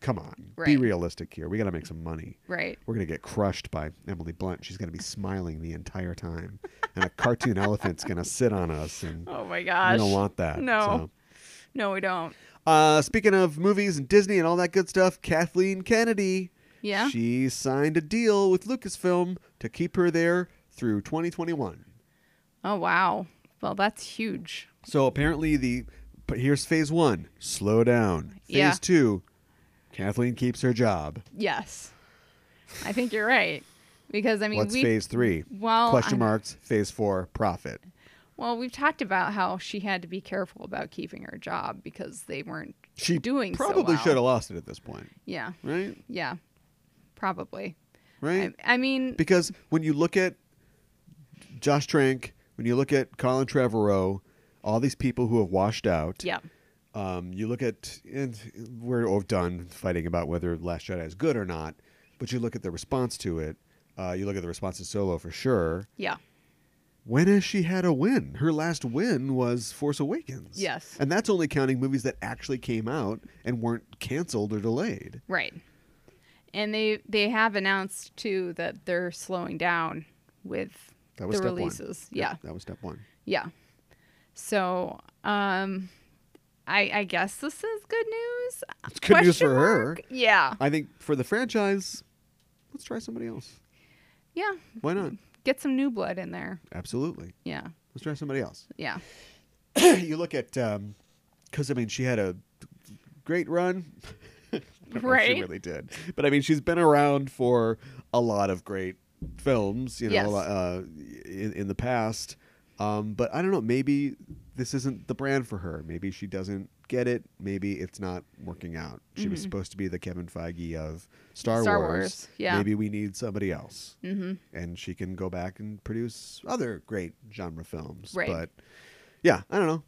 Speaker 1: Come on, be
Speaker 2: Right.
Speaker 1: realistic here. We got to make some money."
Speaker 2: Right.
Speaker 1: We're gonna get crushed by Emily Blunt. She's gonna be smiling the entire time, and a cartoon elephant's gonna sit on us. And
Speaker 2: Oh my gosh.
Speaker 1: we don't want that.
Speaker 2: No. No, we don't.
Speaker 1: so. Uh, speaking of movies and Disney and all that good stuff, Kathleen Kennedy.
Speaker 2: Yeah.
Speaker 1: She signed a deal with Lucasfilm to keep her there through 2021.
Speaker 2: oh wow. Well, that's huge.
Speaker 1: So apparently the but here's phase one. Slow down. Phase
Speaker 2: Yeah.
Speaker 1: two. Kathleen keeps her job.
Speaker 2: Yes. I think you're right because I mean
Speaker 1: What's
Speaker 2: we
Speaker 1: phase three?
Speaker 2: well
Speaker 1: Question
Speaker 2: I-
Speaker 1: marks. Phase four. Profit.
Speaker 2: Well, we've talked about how she had to be careful about keeping her job because they weren't
Speaker 1: She
Speaker 2: doing so
Speaker 1: probably
Speaker 2: well.
Speaker 1: should have lost it at this point,
Speaker 2: Yeah.
Speaker 1: right?
Speaker 2: Yeah. Probably.
Speaker 1: Right?
Speaker 2: I, I mean
Speaker 1: because when you look at Josh Trank, when you look at Colin Trevorrow, all these people who have washed out,
Speaker 2: yeah.
Speaker 1: um, you look at, and we're all done fighting about whether Last Jedi is good or not, but you look at the response to it. Uh, you look at the response to Solo for sure.
Speaker 2: Yeah.
Speaker 1: When has she had a win? Her last win was Force Awakens.
Speaker 2: Yes.
Speaker 1: And that's only counting movies that actually came out and weren't canceled or delayed.
Speaker 2: Right. And they they have announced too that they're slowing down with
Speaker 1: That was
Speaker 2: the
Speaker 1: step one.
Speaker 2: releases.
Speaker 1: Yep,
Speaker 2: Yeah.
Speaker 1: That was step one.
Speaker 2: Yeah. So, um I I guess this is good news.
Speaker 1: It's good news
Speaker 2: Uh, Question
Speaker 1: for her.
Speaker 2: mark? Yeah.
Speaker 1: I think for the franchise, let's try somebody else.
Speaker 2: Yeah.
Speaker 1: Why not?
Speaker 2: Get some new blood in there.
Speaker 1: Absolutely.
Speaker 2: Yeah.
Speaker 1: Let's try somebody else.
Speaker 2: Yeah.
Speaker 1: you look at, because I mean, she had a great run. I don't know if She
Speaker 2: Right.
Speaker 1: really did. But I mean, she's been around for a lot of great films, you know,
Speaker 2: Yes.
Speaker 1: uh, in, in the past. Um, but I don't know. Maybe this isn't the brand for her. Maybe she doesn't get it. Maybe it's not working out. She was supposed to be the Kevin Feige of Star,
Speaker 2: Mm-hmm. Star
Speaker 1: Wars.
Speaker 2: Wars, yeah.
Speaker 1: Maybe we need somebody else.
Speaker 2: Mhm.
Speaker 1: and she can go back and produce other great genre films.
Speaker 2: Right.
Speaker 1: But yeah, I don't know.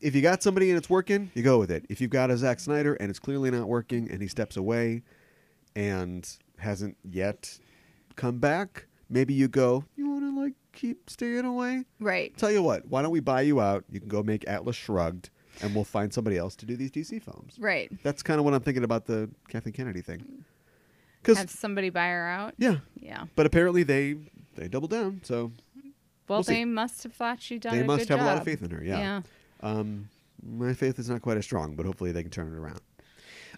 Speaker 1: If you got somebody and it's working, you go with it. If you've got a Zack Snyder and it's clearly not working and he steps away and hasn't yet come back, maybe you go, you want to like keep staying away?
Speaker 2: Right.
Speaker 1: Tell you what, why don't we buy you out? You can go make Atlas Shrugged and we'll find somebody else to do these DC films.
Speaker 2: Right. Mm.
Speaker 1: That's kind of what I'm thinking about the Kathleen Kennedy thing. Because,
Speaker 2: Have somebody buy her out.
Speaker 1: yeah,
Speaker 2: Yeah.
Speaker 1: but apparently they they doubled down, so
Speaker 2: Well,
Speaker 1: We'll see.
Speaker 2: they must have thought she done.
Speaker 1: they
Speaker 2: a
Speaker 1: must
Speaker 2: good
Speaker 1: have a lot of
Speaker 2: job.
Speaker 1: faith in her. Yeah.
Speaker 2: Yeah.
Speaker 1: Um, my faith is not quite as strong, but hopefully they can turn it around.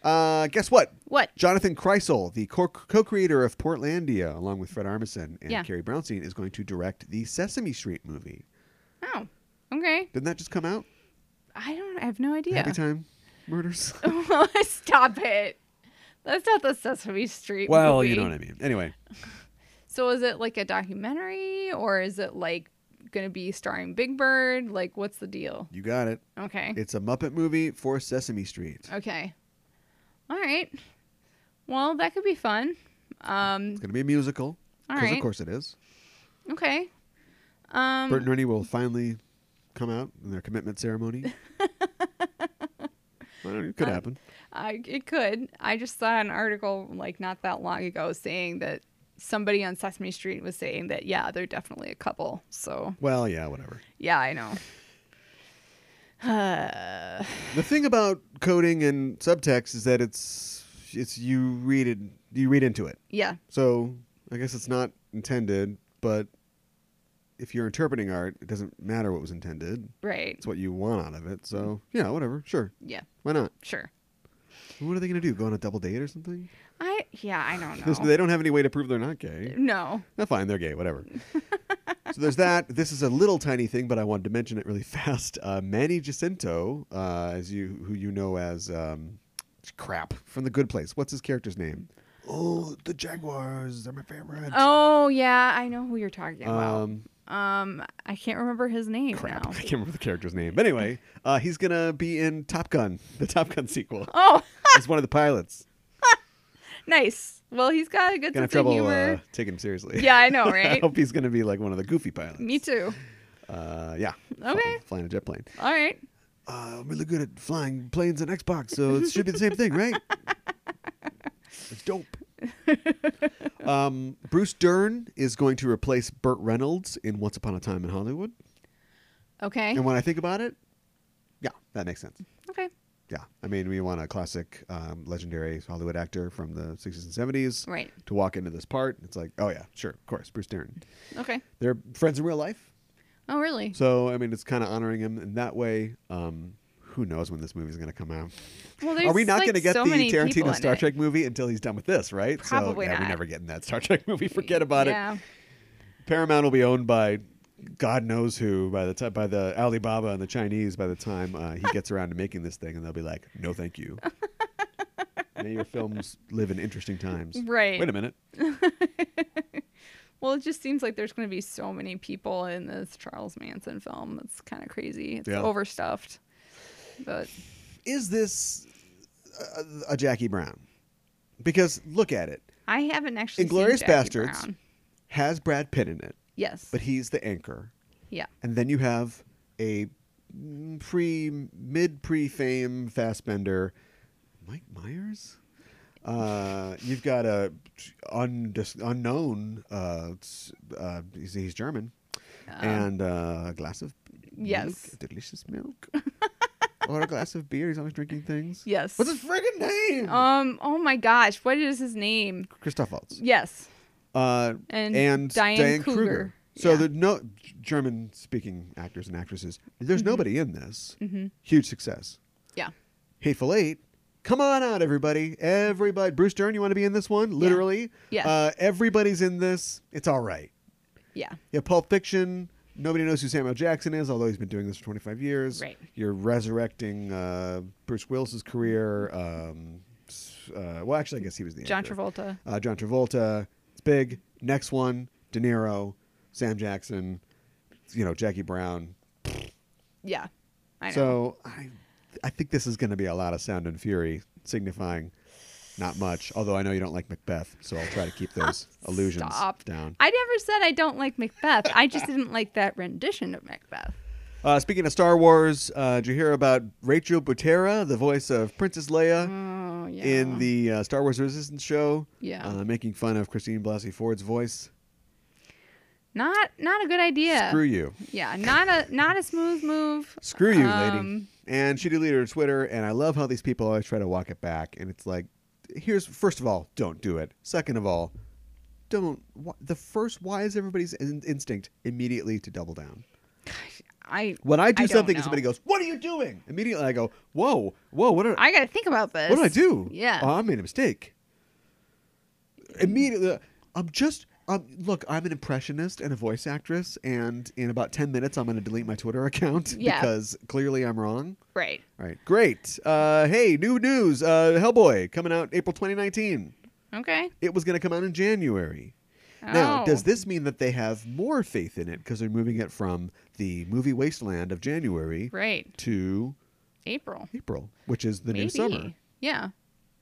Speaker 1: Uh, guess what?
Speaker 2: What?
Speaker 1: Jonathan Kreisel, the co- co-creator of Portlandia, along with Fred Armisen and
Speaker 2: Yeah.
Speaker 1: Carrie Brownstein, is going to direct the Sesame Street movie.
Speaker 2: Oh. Okay.
Speaker 1: Didn't that just come out?
Speaker 2: I don't. I have no idea.
Speaker 1: Happy Time Murders.
Speaker 2: Stop it. That's not the Sesame Street.
Speaker 1: well,
Speaker 2: movie.
Speaker 1: you know what I mean. Anyway,
Speaker 2: So is it like a documentary or is it like gonna be starring Big Bird? Like what's the deal?
Speaker 1: you got it.
Speaker 2: Okay.
Speaker 1: It's a Muppet movie for Sesame Street.
Speaker 2: okay. All right. Well, that could be fun. Um
Speaker 1: It's going to be a musical.
Speaker 2: all
Speaker 1: Because
Speaker 2: right.
Speaker 1: of course it is.
Speaker 2: Okay. Um
Speaker 1: Bert and Ernie will finally come out in their commitment ceremony. I don't know, it could
Speaker 2: Uh,
Speaker 1: happen.
Speaker 2: I, it could. I just saw an article like not that long ago saying that somebody on Sesame Street was saying that yeah, they're definitely a couple. So
Speaker 1: Well, yeah, whatever.
Speaker 2: yeah, I know. Uh,
Speaker 1: The thing about coding and subtext is that it's it's you read it you read into it.
Speaker 2: yeah,
Speaker 1: So I guess it's not intended, but if you're interpreting art, it doesn't matter what was intended.
Speaker 2: Right.
Speaker 1: It's what you want out of it. So yeah, whatever. Sure.
Speaker 2: Yeah.
Speaker 1: Why not?
Speaker 2: Sure.
Speaker 1: What are they gonna do? Go on a double date or something?
Speaker 2: I yeah, I don't
Speaker 1: 'Cause
Speaker 2: know.
Speaker 1: They don't have any way to prove they're not gay.
Speaker 2: No.
Speaker 1: No, fine, they're gay. Whatever. so there's that. This is a little tiny thing, but I wanted to mention it really fast. Uh, Manny Jacinto, uh, as you who you know as um, crap from The Good Place. What's his character's name? Oh, the Jaguars. They're my favorite.
Speaker 2: Oh yeah, I know who you're talking about.
Speaker 1: Um,
Speaker 2: Um, I can't remember his name
Speaker 1: crap.
Speaker 2: now.
Speaker 1: I can't remember the character's name. But anyway, uh, he's gonna be in Top Gun, the Top Gun sequel.
Speaker 2: Oh,
Speaker 1: He's one of the pilots.
Speaker 2: nice. Well, he's got a good
Speaker 1: Gonna have
Speaker 2: sense of
Speaker 1: trouble uh,
Speaker 2: humor.
Speaker 1: taking him seriously.
Speaker 2: yeah, I know,
Speaker 1: I
Speaker 2: right?
Speaker 1: hope he's gonna be like one of the goofy pilots.
Speaker 2: Me too.
Speaker 1: Uh, yeah.
Speaker 2: Okay.
Speaker 1: Flying, flying a jet plane.
Speaker 2: All right.
Speaker 1: Uh, I'm really good at flying planes and Xbox, so it should be the same thing, right? It's dope. um, Bruce Dern is going to replace Burt Reynolds in Once Upon a Time in Hollywood.
Speaker 2: Okay.
Speaker 1: And when I think about it, yeah, that makes sense.
Speaker 2: Okay.
Speaker 1: Yeah. I mean, we want a classic, um, legendary Hollywood actor from the 60s and 70s
Speaker 2: Right.
Speaker 1: to walk into this part. It's like, oh, yeah, sure, of course, Bruce Dern.
Speaker 2: Okay.
Speaker 1: They're friends in real life.
Speaker 2: Oh, really?
Speaker 1: So, I mean, it's kind of honoring him in that way. Um, who knows when this movie's going to come out?
Speaker 2: Well,
Speaker 1: Are we
Speaker 2: there's,
Speaker 1: not
Speaker 2: like,
Speaker 1: going to get
Speaker 2: so
Speaker 1: the
Speaker 2: many people
Speaker 1: Tarantino
Speaker 2: in
Speaker 1: Star
Speaker 2: it.
Speaker 1: Trek movie until he's done with this, right? so,
Speaker 2: Probably
Speaker 1: yeah, we're
Speaker 2: not.
Speaker 1: never getting that Star Trek movie. Forget about it.
Speaker 2: yeah.
Speaker 1: Paramount will be owned by God knows who by the time by the Alibaba and the Chinese by the time uh, he gets around to making this thing, and they'll be like, "No, thank you." May your films live in interesting times.
Speaker 2: Right.
Speaker 1: Wait a minute.
Speaker 2: Well, it just seems like there's going to be so many people in this Charles Manson film. It's kind of crazy. It's
Speaker 1: Yeah.
Speaker 2: overstuffed. But
Speaker 1: Is this a, a Jackie Brown? Because look at it.
Speaker 2: I haven't actually seen
Speaker 1: Inglourious
Speaker 2: Jackie
Speaker 1: Bastards.
Speaker 2: Brown.
Speaker 1: Has Brad Pitt in it,
Speaker 2: Yes.
Speaker 1: but he's the anchor.
Speaker 2: yeah.
Speaker 1: and then you have a pre mid pre fame Fassbender, Mike Myers. Uh, you've got a undis- unknown. Uh, s- uh, he's, he's German, and uh, a glass of
Speaker 2: Uh-huh. Yes.
Speaker 1: milk, delicious milk, or a glass of beer. He's always drinking things.
Speaker 2: Yes.
Speaker 1: What's his friggin' name?
Speaker 2: Um. Oh my gosh. What is his name?
Speaker 1: Christoph Waltz.
Speaker 2: Yes.
Speaker 1: Uh,
Speaker 2: And
Speaker 1: and
Speaker 2: Diane
Speaker 1: Diane,
Speaker 2: Kruger.
Speaker 1: Kruger. So
Speaker 2: Yeah.
Speaker 1: there's no German speaking actors and actresses. There's
Speaker 2: Mm-hmm.
Speaker 1: nobody in this.
Speaker 2: Mhm.
Speaker 1: Huge success.
Speaker 2: Yeah.
Speaker 1: Hateful Eight. Come on out, everybody. Everybody. Bruce Dern, you want to be in this one? Literally.
Speaker 2: Yeah.
Speaker 1: Uh, everybody's in this. It's all right.
Speaker 2: Yeah.
Speaker 1: Yeah, Pulp Fiction. Nobody knows who Samuel Jackson is, although he's been doing this for 25 years.
Speaker 2: Right.
Speaker 1: You're resurrecting uh, Bruce Willis's career. Um, s- uh, well, actually, I guess he was the
Speaker 2: John
Speaker 1: anchor
Speaker 2: Travolta.
Speaker 1: uh, John Travolta. It's big. Next one, De Niro, Sam Jackson, you know Jackie Brown.
Speaker 2: Yeah. I know.
Speaker 1: So I, I think this is going to be a lot of sound and fury, signifying not much. Although I know you don't like Macbeth, so I'll try to keep those illusions
Speaker 2: Stop.
Speaker 1: down.
Speaker 2: I never said I don't like Macbeth. I just didn't like that rendition of Macbeth.
Speaker 1: Uh, speaking of Star Wars, uh, did you hear about Rachel Butera, the voice of Princess Leia?
Speaker 2: Oh yeah.
Speaker 1: In the uh, Star Wars Resistance show,
Speaker 2: Yeah.
Speaker 1: uh, making fun of Christine Blasey Ford's voice.
Speaker 2: not not a good idea.
Speaker 1: Screw you.
Speaker 2: Yeah. Not a not a smooth move.
Speaker 1: Screw you, lady.
Speaker 2: Um,
Speaker 1: And she deleted her Twitter, and I love how these people always try to walk it back. And it's like, here's first of all, don't do it. Second of all, don't. wh- the first, why is everybody's in- instinct immediately to double down?
Speaker 2: I
Speaker 1: When I do
Speaker 2: I don't
Speaker 1: something
Speaker 2: know.
Speaker 1: and somebody goes, "What are you doing?" Immediately I go, "Whoa, whoa, what are,
Speaker 2: I gotta think about this.
Speaker 1: what did I do?
Speaker 2: Yeah.
Speaker 1: Oh, I made a mistake." Immediately, I'm just. Um, look, I'm an impressionist and a voice actress, and in about ten minutes, I'm going to delete my Twitter account
Speaker 2: Yeah.
Speaker 1: because clearly I'm wrong.
Speaker 2: right.
Speaker 1: All right, great. Uh, hey, new news. Uh, Hellboy coming out April 2019.
Speaker 2: Okay.
Speaker 1: It was going to come out in January.
Speaker 2: Oh.
Speaker 1: Now, does this mean that they have more faith in it because they're moving it from the movie wasteland of January
Speaker 2: right
Speaker 1: to
Speaker 2: April?
Speaker 1: April, which is the new
Speaker 2: Maybe.
Speaker 1: summer?
Speaker 2: Yeah.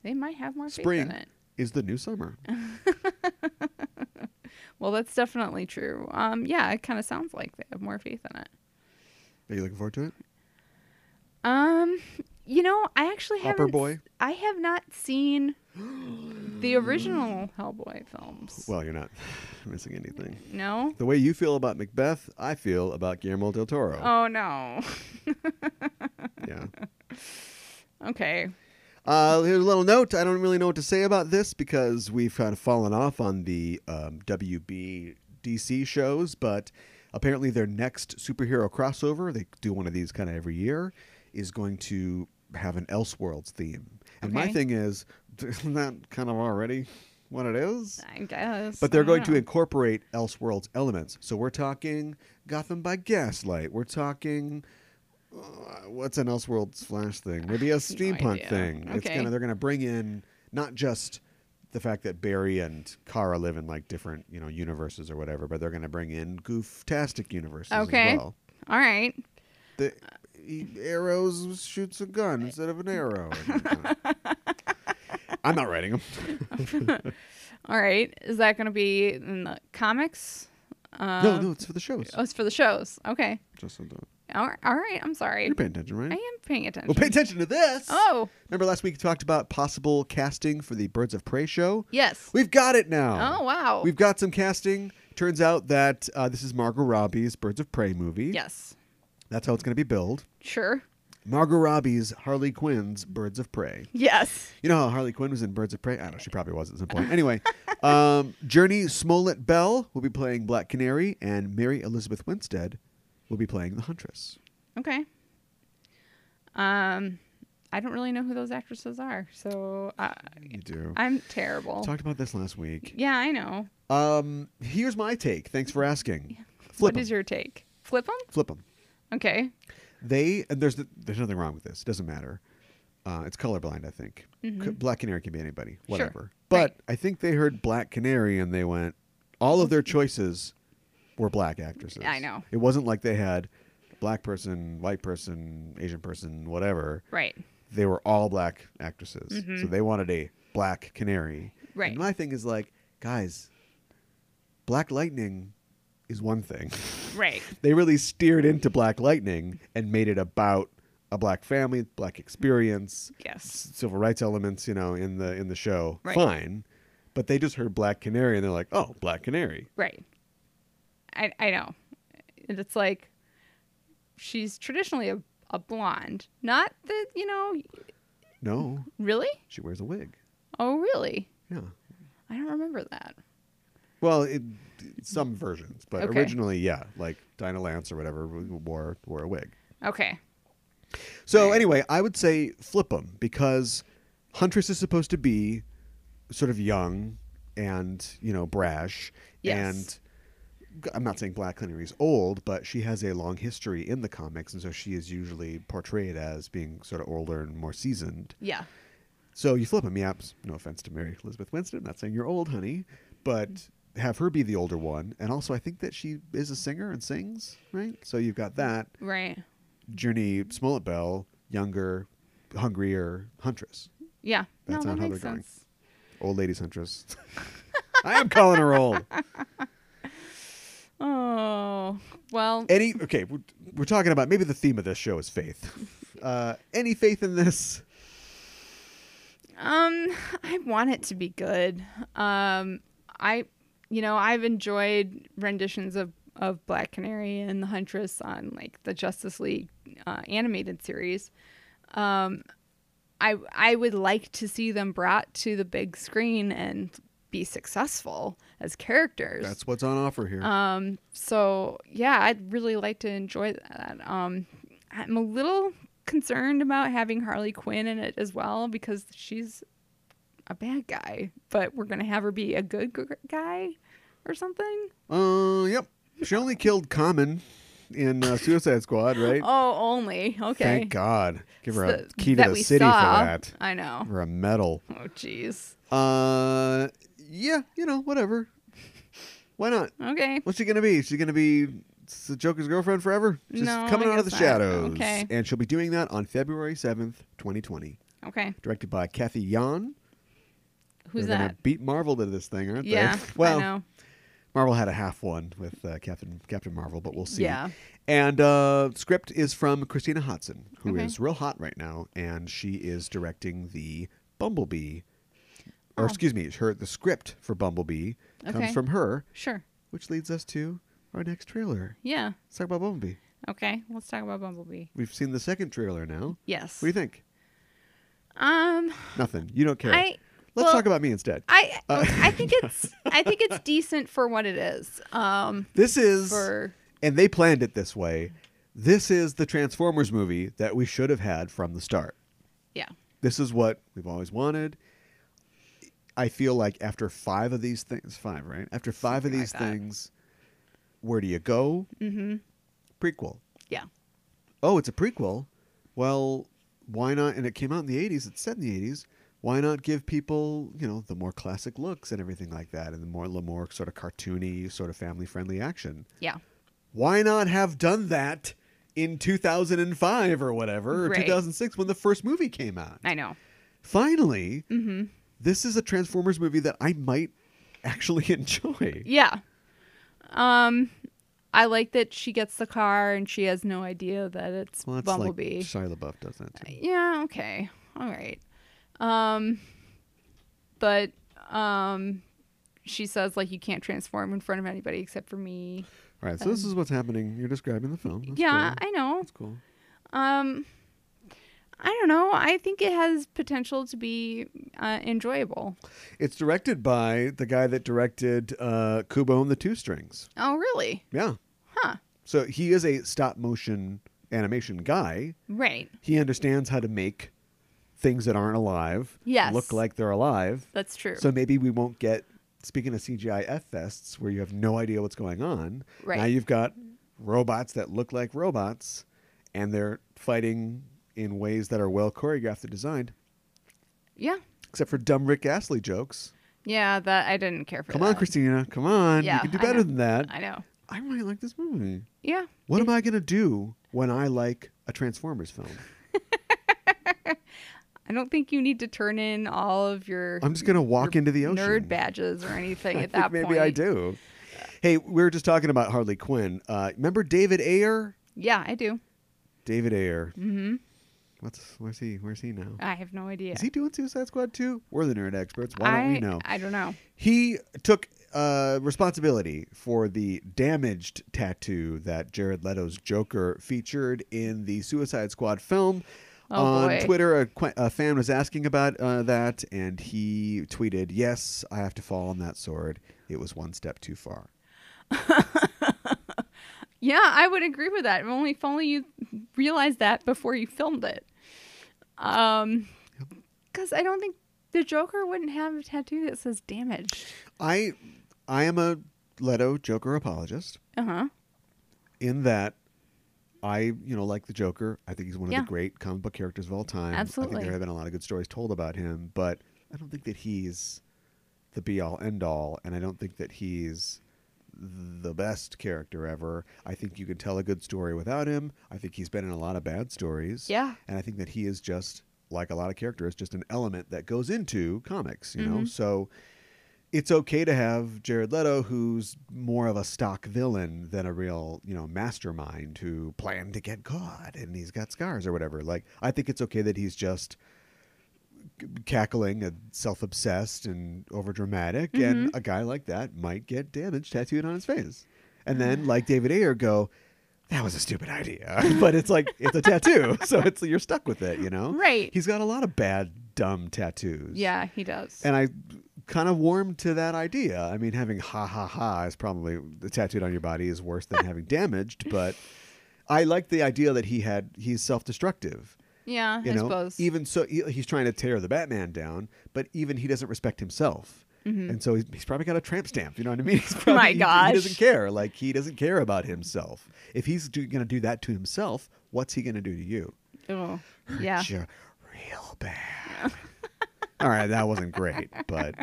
Speaker 2: They might have more faith
Speaker 1: Spring
Speaker 2: in it.
Speaker 1: is the new summer.
Speaker 2: Well, that's definitely true. Um, yeah, it kind of sounds like they have more faith in it.
Speaker 1: Are you looking forward to it?
Speaker 2: Um, you know, I actually
Speaker 1: Upper
Speaker 2: haven't.
Speaker 1: boy?
Speaker 2: I have not seen the original Hellboy films.
Speaker 1: Well, you're not missing anything.
Speaker 2: no.
Speaker 1: The way you feel about Macbeth, I feel about Guillermo del Toro.
Speaker 2: Oh no.
Speaker 1: Yeah.
Speaker 2: okay.
Speaker 1: Uh, here's a little note. I don't really know what to say about this because we've kind of fallen off on the um, WB DC shows, but Apparently, their next superhero crossover, they do one of these kind of every year, is going to have an Elseworlds theme. And my
Speaker 2: Okay.
Speaker 1: thing is, isn't that kind of already what it is?
Speaker 2: I guess.
Speaker 1: But they're
Speaker 2: I don't
Speaker 1: going to
Speaker 2: know.
Speaker 1: incorporate Elseworlds elements. So we're talking Gotham by Gaslight. We're talking uh, what's an Elseworlds Flash thing? Maybe a steampunk
Speaker 2: idea.
Speaker 1: thing. It's
Speaker 2: Okay.
Speaker 1: gonna they're gonna bring in not just the fact that Barry and Kara live in like different you know universes or whatever, but they're gonna bring in gooftastic universes
Speaker 2: Okay.
Speaker 1: as well.
Speaker 2: All right.
Speaker 1: The he arrows shoots a gun instead of an arrow. I'm not writing them.
Speaker 2: All right. Is that going to be in the comics? Um,
Speaker 1: no, no, it's for the shows.
Speaker 2: Oh, it's for the shows. Okay.
Speaker 1: Just so the-
Speaker 2: All right. All right. I'm sorry.
Speaker 1: You're paying attention, right?
Speaker 2: I am paying attention.
Speaker 1: Well, pay attention to this.
Speaker 2: Oh,
Speaker 1: Remember last week we talked about possible casting for the Birds of Prey show?
Speaker 2: yes.
Speaker 1: We've got it now.
Speaker 2: Oh, wow.
Speaker 1: We've got some casting. Turns out that uh, this is Margot Robbie's Birds of Prey movie.
Speaker 2: yes.
Speaker 1: That's how it's going to be billed.
Speaker 2: Sure.
Speaker 1: Margot Robbie's Harley Quinn's Birds of Prey.
Speaker 2: Yes.
Speaker 1: You know how Harley Quinn was in Birds of Prey? I don't know. She probably was at some point. Anyway, um, Journey Smollett Bell will be playing Black Canary, and Mary Elizabeth Winstead will be playing the Huntress.
Speaker 2: Okay. Um, I don't really know who those actresses are, so I,
Speaker 1: You do.
Speaker 2: I'm terrible.
Speaker 1: Talked about this last week.
Speaker 2: yeah, I know.
Speaker 1: Um, here's my take. Thanks for asking. Flip
Speaker 2: What
Speaker 1: 'em.
Speaker 2: is your take? Flip them?
Speaker 1: Flip them.
Speaker 2: Okay.
Speaker 1: They and there's there's nothing wrong with this. It doesn't matter. Uh, it's colorblind, I think. C- Black Canary can be anybody, whatever. But
Speaker 2: Mm-hmm. Right.
Speaker 1: I think they heard Black Canary and they went. All of their choices were black actresses.
Speaker 2: I know.
Speaker 1: It wasn't like they had black person, white person, Asian person, whatever.
Speaker 2: Right.
Speaker 1: They were all black actresses.
Speaker 2: Mhm.
Speaker 1: So they wanted a black canary.
Speaker 2: Right.
Speaker 1: And my thing is like, guys, Black Lightning is one thing
Speaker 2: Right.
Speaker 1: they really steered into Black Lightning and made it about a black family, black experience,
Speaker 2: Yes.
Speaker 1: s- civil rights elements, you know, in the in the show.
Speaker 2: Right.
Speaker 1: Fine. But they just heard Black Canary and they're like, "Oh, Black Canary."
Speaker 2: Right. I I know. And it's like she's traditionally a, a blonde. Not that, you know,
Speaker 1: No,
Speaker 2: really?
Speaker 1: she wears a wig.
Speaker 2: Oh, really?
Speaker 1: Yeah.
Speaker 2: I don't remember that.
Speaker 1: Well, it, some versions, but
Speaker 2: Okay.
Speaker 1: originally, yeah, like Dinah Lance or whatever w- wore wore a wig.
Speaker 2: Okay.
Speaker 1: So anyway, I would say flip them because Huntress is supposed to be sort of young and you know brash,
Speaker 2: Yes.
Speaker 1: and g- I'm not saying Black Canary is old, but she has a long history in the comics, and so she is usually portrayed as being sort of older and more seasoned.
Speaker 2: Yeah.
Speaker 1: So you flip them, yeah. s- No offense to Mary Elizabeth Winston, not saying you're old, honey, but have her be the older one, and also I think that she is a singer and sings, right? So you've got that.
Speaker 2: Right.
Speaker 1: Journey Smollett Bell, younger, hungrier huntress,
Speaker 2: Yeah.
Speaker 1: That's
Speaker 2: no,
Speaker 1: not
Speaker 2: that
Speaker 1: how
Speaker 2: makes
Speaker 1: they're going.
Speaker 2: sense.
Speaker 1: old ladies huntress. I am calling her old.
Speaker 2: Oh. Well,
Speaker 1: Any okay, we're, we're talking about maybe the theme of this show is faith. Uh, any faith in this?
Speaker 2: Um, I want it to be good. Um, I, you know, I've enjoyed renditions of of Black Canary and the Huntress on like the Justice League uh, animated series. Um, I I would like to see them brought to the big screen and be successful as characters.
Speaker 1: That's what's on offer here.
Speaker 2: Um, so yeah, I'd really like to enjoy that. Um, I'm a little concerned about having Harley Quinn in it as well because she's a bad guy, but we're gonna have her be a good g- guy or something.
Speaker 1: uh, yep. She only killed Common in uh, Suicide Squad, right?
Speaker 2: Oh, only okay.
Speaker 1: Thank God. Give her
Speaker 2: So
Speaker 1: a key
Speaker 2: that
Speaker 1: to the
Speaker 2: we
Speaker 1: city
Speaker 2: saw.
Speaker 1: for that.
Speaker 2: I know.
Speaker 1: Give her a medal.
Speaker 2: Oh, jeez.
Speaker 1: Uh, yeah, you know, whatever. Why not?
Speaker 2: Okay.
Speaker 1: What's she gonna be? She's gonna be s- the Joker's girlfriend forever? Just
Speaker 2: No,
Speaker 1: coming
Speaker 2: I
Speaker 1: out of the
Speaker 2: guess not.
Speaker 1: shadows.
Speaker 2: Okay.
Speaker 1: And she'll be doing that on February seventh, twenty twenty.
Speaker 2: Okay.
Speaker 1: Directed by Kathy Yan.
Speaker 2: Who's
Speaker 1: They're gonna
Speaker 2: that?
Speaker 1: beat Marvel to this thing, aren't
Speaker 2: Yeah.
Speaker 1: they? Well,
Speaker 2: I know.
Speaker 1: Marvel had a half one with uh, Captain Captain Marvel, but we'll see.
Speaker 2: Yeah.
Speaker 1: And uh, script is from Christina Hodson, who is
Speaker 2: Okay.
Speaker 1: real hot right now, and she is directing the Bumblebee, or excuse me, her the script for Bumblebee comes
Speaker 2: Oh. Okay.
Speaker 1: from her,
Speaker 2: Sure.
Speaker 1: which leads us to our next trailer.
Speaker 2: Yeah.
Speaker 1: Let's talk about Bumblebee.
Speaker 2: Okay. Let's talk about Bumblebee.
Speaker 1: We've seen the second trailer now.
Speaker 2: Yes.
Speaker 1: What do you think?
Speaker 2: Um.
Speaker 1: Nothing. You don't care.
Speaker 2: I.
Speaker 1: Let's
Speaker 2: well,
Speaker 1: talk about me instead.
Speaker 2: I
Speaker 1: Uh,
Speaker 2: I think it's I think it's decent for what it is. Um,
Speaker 1: This is
Speaker 2: for
Speaker 1: and they planned it this way. This is the Transformers movie that we should have had from the start.
Speaker 2: Yeah.
Speaker 1: This is what we've always wanted. I feel like after five of these things, five, right? After five
Speaker 2: Something
Speaker 1: of
Speaker 2: like
Speaker 1: these
Speaker 2: that.
Speaker 1: things, where do you go?
Speaker 2: Mm-hmm.
Speaker 1: Prequel.
Speaker 2: Yeah.
Speaker 1: Oh, it's a prequel. Well, why not? And it came out in the 80s. It's set in the 80s. Why not give people, you know, the more classic looks and everything like that and the more, the more sort of cartoony, sort of family friendly action?
Speaker 2: Yeah.
Speaker 1: why not have done that in 2005 or whatever or
Speaker 2: Right.
Speaker 1: 2006 when the first movie came out
Speaker 2: I know.
Speaker 1: finally
Speaker 2: Mm-hmm.
Speaker 1: this is a transformers movie that i might actually enjoy
Speaker 2: Yeah. Um, I like that she gets the car and she has no idea that it's
Speaker 1: well that's
Speaker 2: Bumblebee.
Speaker 1: like shia labeouf does that too.
Speaker 2: yeah. Okay. All right. Um, but um, she says like you can't transform in front of anybody except for me.
Speaker 1: all right so this is what's happening you're describing the film That's
Speaker 2: yeah,
Speaker 1: cool.
Speaker 2: I know.
Speaker 1: that's cool
Speaker 2: Um, I don't know. I think it has potential to be uh, enjoyable.
Speaker 1: it's directed by the guy that directed uh kubo and the two strings
Speaker 2: Oh, really?
Speaker 1: yeah
Speaker 2: Huh.
Speaker 1: so he is a stop motion animation guy
Speaker 2: Right.
Speaker 1: he understands how to make things that aren't alive
Speaker 2: Yes.
Speaker 1: look like they're alive.
Speaker 2: That's true.
Speaker 1: So maybe we won't get speaking of CGI F fests where you have no idea what's going on.
Speaker 2: Right.
Speaker 1: Now you've got robots that look like robots and they're fighting in ways that are well choreographed and designed.
Speaker 2: yeah.
Speaker 1: Except for dumb Rick Astley jokes.
Speaker 2: Yeah. That I didn't care for.
Speaker 1: Come
Speaker 2: that.
Speaker 1: on, Christina. Come on.
Speaker 2: Yeah,
Speaker 1: you can do
Speaker 2: I
Speaker 1: better
Speaker 2: know.
Speaker 1: than that.
Speaker 2: I know.
Speaker 1: I really like this movie.
Speaker 2: Yeah.
Speaker 1: What am I gonna do when I like a Transformers film?
Speaker 2: I don't think you need to turn in all of your
Speaker 1: I'm just gonna walk
Speaker 2: your
Speaker 1: into the ocean.
Speaker 2: nerd badges or anything
Speaker 1: I
Speaker 2: at
Speaker 1: think
Speaker 2: that
Speaker 1: maybe
Speaker 2: point.
Speaker 1: I do. Hey, we were just talking about Harley Quinn. Uh, remember David Ayer?
Speaker 2: Yeah, I do.
Speaker 1: David Ayer.
Speaker 2: hmm
Speaker 1: What's where's he? Where's he now?
Speaker 2: I have no idea.
Speaker 1: Is he doing Suicide Squad too? We're the nerd experts. Why don't
Speaker 2: I,
Speaker 1: we know?
Speaker 2: I don't know.
Speaker 1: He took uh, responsibility for the damaged tattoo that Jared Leto's Joker featured in the Suicide Squad film.
Speaker 2: Oh,
Speaker 1: On
Speaker 2: boy.
Speaker 1: Twitter, a, qu- a fan was asking about uh, that, and he tweeted, "Yes, I have to fall on that sword. It was one step too far."
Speaker 2: Yeah, I would agree with that. If only if only you realized that before you filmed it. Um, because I don't think the Joker wouldn't have a tattoo that says damaged.
Speaker 1: I I am a Leto Joker apologist
Speaker 2: Uh huh.
Speaker 1: in that I, you know, like the Joker. I think he's one of
Speaker 2: Yeah.
Speaker 1: the great comic book characters of all time. I
Speaker 2: Absolutely.
Speaker 1: think there have been a lot of good stories told about him, but I don't think that he's the be all end all, and I don't think that he's the best character ever. I think you can tell a good story without him. I think he's been in a lot of bad stories.
Speaker 2: Yeah.
Speaker 1: And I think that he is just like a lot of characters, just an element that goes into comics, you know.
Speaker 2: Mhm.
Speaker 1: So it's okay to have Jared Leto, who's more of a stock villain than a real, you know, mastermind who planned to get caught and he's got scars or whatever. Like, I think it's okay that he's just c- cackling and self-obsessed and overdramatic, and a guy like that might get damage tattooed on his face, and then like David Ayer go. That was a stupid idea, but it's like it's a tattoo, so it's you're stuck with it, you know.
Speaker 2: Right.
Speaker 1: He's got a lot of bad, dumb tattoos.
Speaker 2: Yeah, he does.
Speaker 1: And I kind of warmed to that idea. I mean, having ha ha ha is probably the tattooed on your body is worse than having damaged, but I like the idea that he had he's self-destructive.
Speaker 2: yeah,
Speaker 1: You
Speaker 2: I
Speaker 1: know,
Speaker 2: suppose.
Speaker 1: even so, he- he's trying to tear the Batman down, but even he doesn't respect himself. And so he's, he's probably got a tramp stamp. You know what I mean? He's probably,
Speaker 2: Mm-hmm. Oh My
Speaker 1: he-
Speaker 2: gosh.
Speaker 1: he, doesn't care. Like he doesn't care about himself. If he's do, gonna do that to himself, what's he gonna do to you?
Speaker 2: oh, yeah.
Speaker 1: hurt you real bad. All right, that wasn't great, but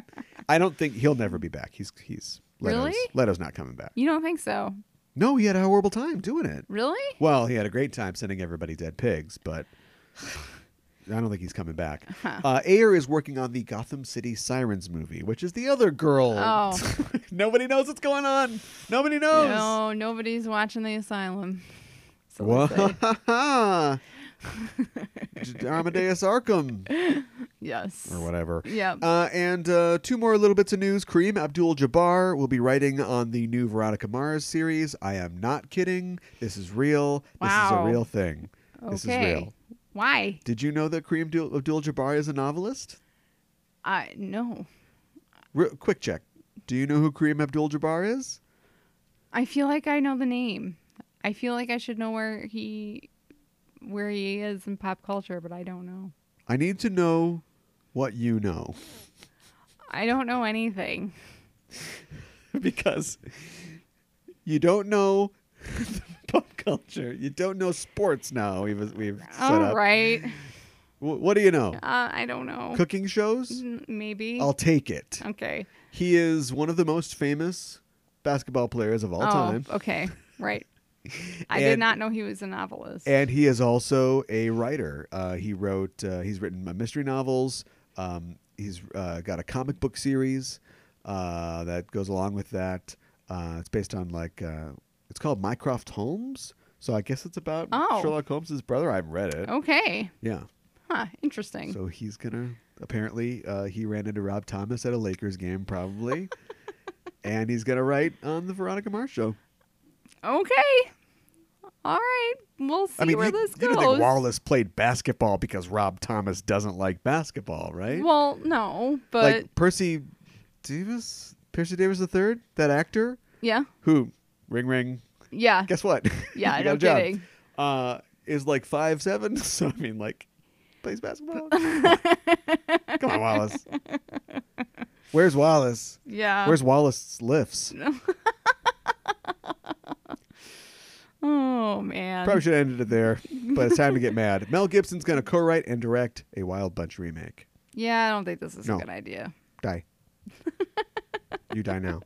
Speaker 1: I don't think he'll never be back. He's he's Leto's,
Speaker 2: Really?
Speaker 1: Leto's not coming back.
Speaker 2: You don't think so?
Speaker 1: No, he had a horrible time doing it.
Speaker 2: Really?
Speaker 1: Well, he had a great time sending everybody dead pigs, but I don't think he's coming back.
Speaker 2: Huh.
Speaker 1: Uh, Ayer is working on the Gotham City Sirens movie, which is the other girl.
Speaker 2: Oh.
Speaker 1: Nobody knows what's going on. Nobody knows.
Speaker 2: No, nobody's watching the asylum. So
Speaker 1: Wha-
Speaker 2: they say.
Speaker 1: Amadeus Arkham
Speaker 2: yes.
Speaker 1: or whatever.
Speaker 2: Yeah.
Speaker 1: Uh, and uh, two more little bits of news. Kareem Abdul Jabbar will be writing on the new Veronica Mars series. I am not kidding. This is real. This is
Speaker 2: Wow.
Speaker 1: a real thing. This is
Speaker 2: okay.
Speaker 1: real.
Speaker 2: Why?
Speaker 1: Did you know that Kareem Abdul Jabbar is a novelist?
Speaker 2: I no.
Speaker 1: Re- quick check. Do you know who Kareem Abdul Jabbar is?
Speaker 2: I feel like I know the name. I feel like I should know where he where he is in pop culture, but I don't know.
Speaker 1: I need to know what you know
Speaker 2: I don't know anything.
Speaker 1: because you don't know pop culture. You don't know sports now. We've we've set
Speaker 2: All
Speaker 1: up.
Speaker 2: right.
Speaker 1: Wh- what do you know?
Speaker 2: Uh, I don't know.
Speaker 1: Cooking shows?
Speaker 2: Mm, Maybe.
Speaker 1: I'll take it.
Speaker 2: okay.
Speaker 1: He is one of the most famous basketball players
Speaker 2: Oh.
Speaker 1: of all time.
Speaker 2: okay. Right. I
Speaker 1: And-
Speaker 2: did not know he was a novelist.
Speaker 1: And he is also a writer. Uh, he wrote, uh, he's written uh, mystery novels. Um, he's uh, got a comic book series uh, that goes along with that. Uh, it's based on like, uh, it's called Mycroft Holmes. So I guess it's about
Speaker 2: Oh.
Speaker 1: Sherlock Holmes' brother. I haven't read it.
Speaker 2: okay.
Speaker 1: Yeah.
Speaker 2: Huh. Interesting.
Speaker 1: So he's gonna apparently uh, he ran into Rob Thomas at a Lakers game probably, and he's gonna write on the Veronica Mars show.
Speaker 2: okay. All right. We'll see
Speaker 1: I mean,
Speaker 2: where
Speaker 1: you,
Speaker 2: this
Speaker 1: you
Speaker 2: goes.
Speaker 1: don't think Wallace played basketball because Rob Thomas doesn't like basketball, right?
Speaker 2: well, no, but
Speaker 1: like Percy Davis, Percy Davis the third, that actor
Speaker 2: yeah.
Speaker 1: who ring ring.
Speaker 2: Yeah.
Speaker 1: Guess what?
Speaker 2: Yeah,
Speaker 1: You
Speaker 2: no
Speaker 1: got a job.
Speaker 2: kidding.
Speaker 1: Uh, is like five seven. So I mean, like plays basketball. Come on, Wallace. Where's Wallace?
Speaker 2: Yeah.
Speaker 1: Where's Wallace's lifts?
Speaker 2: Oh man.
Speaker 1: Probably should have ended it there, but it's time to get mad. Mel Gibson's going to co write and direct a Wild Bunch remake.
Speaker 2: Yeah, I don't think this is
Speaker 1: No.
Speaker 2: a good idea.
Speaker 1: Die. you die now.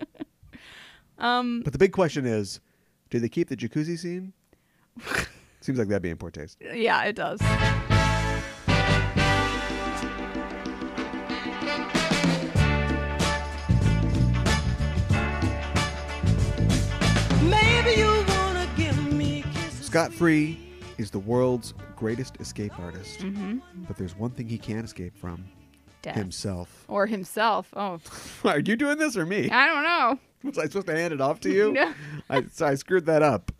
Speaker 2: Um
Speaker 1: But the big question is do they keep the jacuzzi scene? Seems like that'd be in poor taste.
Speaker 2: yeah, it does.
Speaker 3: Maybe you wanna give me kisses.
Speaker 1: Scott Free is the world's greatest escape artist,
Speaker 2: Mhm.
Speaker 1: but there's one thing he can't escape from
Speaker 2: Death.
Speaker 1: himself.
Speaker 2: Or himself. Oh,
Speaker 1: Are you doing this or me?
Speaker 2: I don't know.
Speaker 1: Was I supposed to hand it off to you?
Speaker 2: No.
Speaker 1: I, so I screwed that up.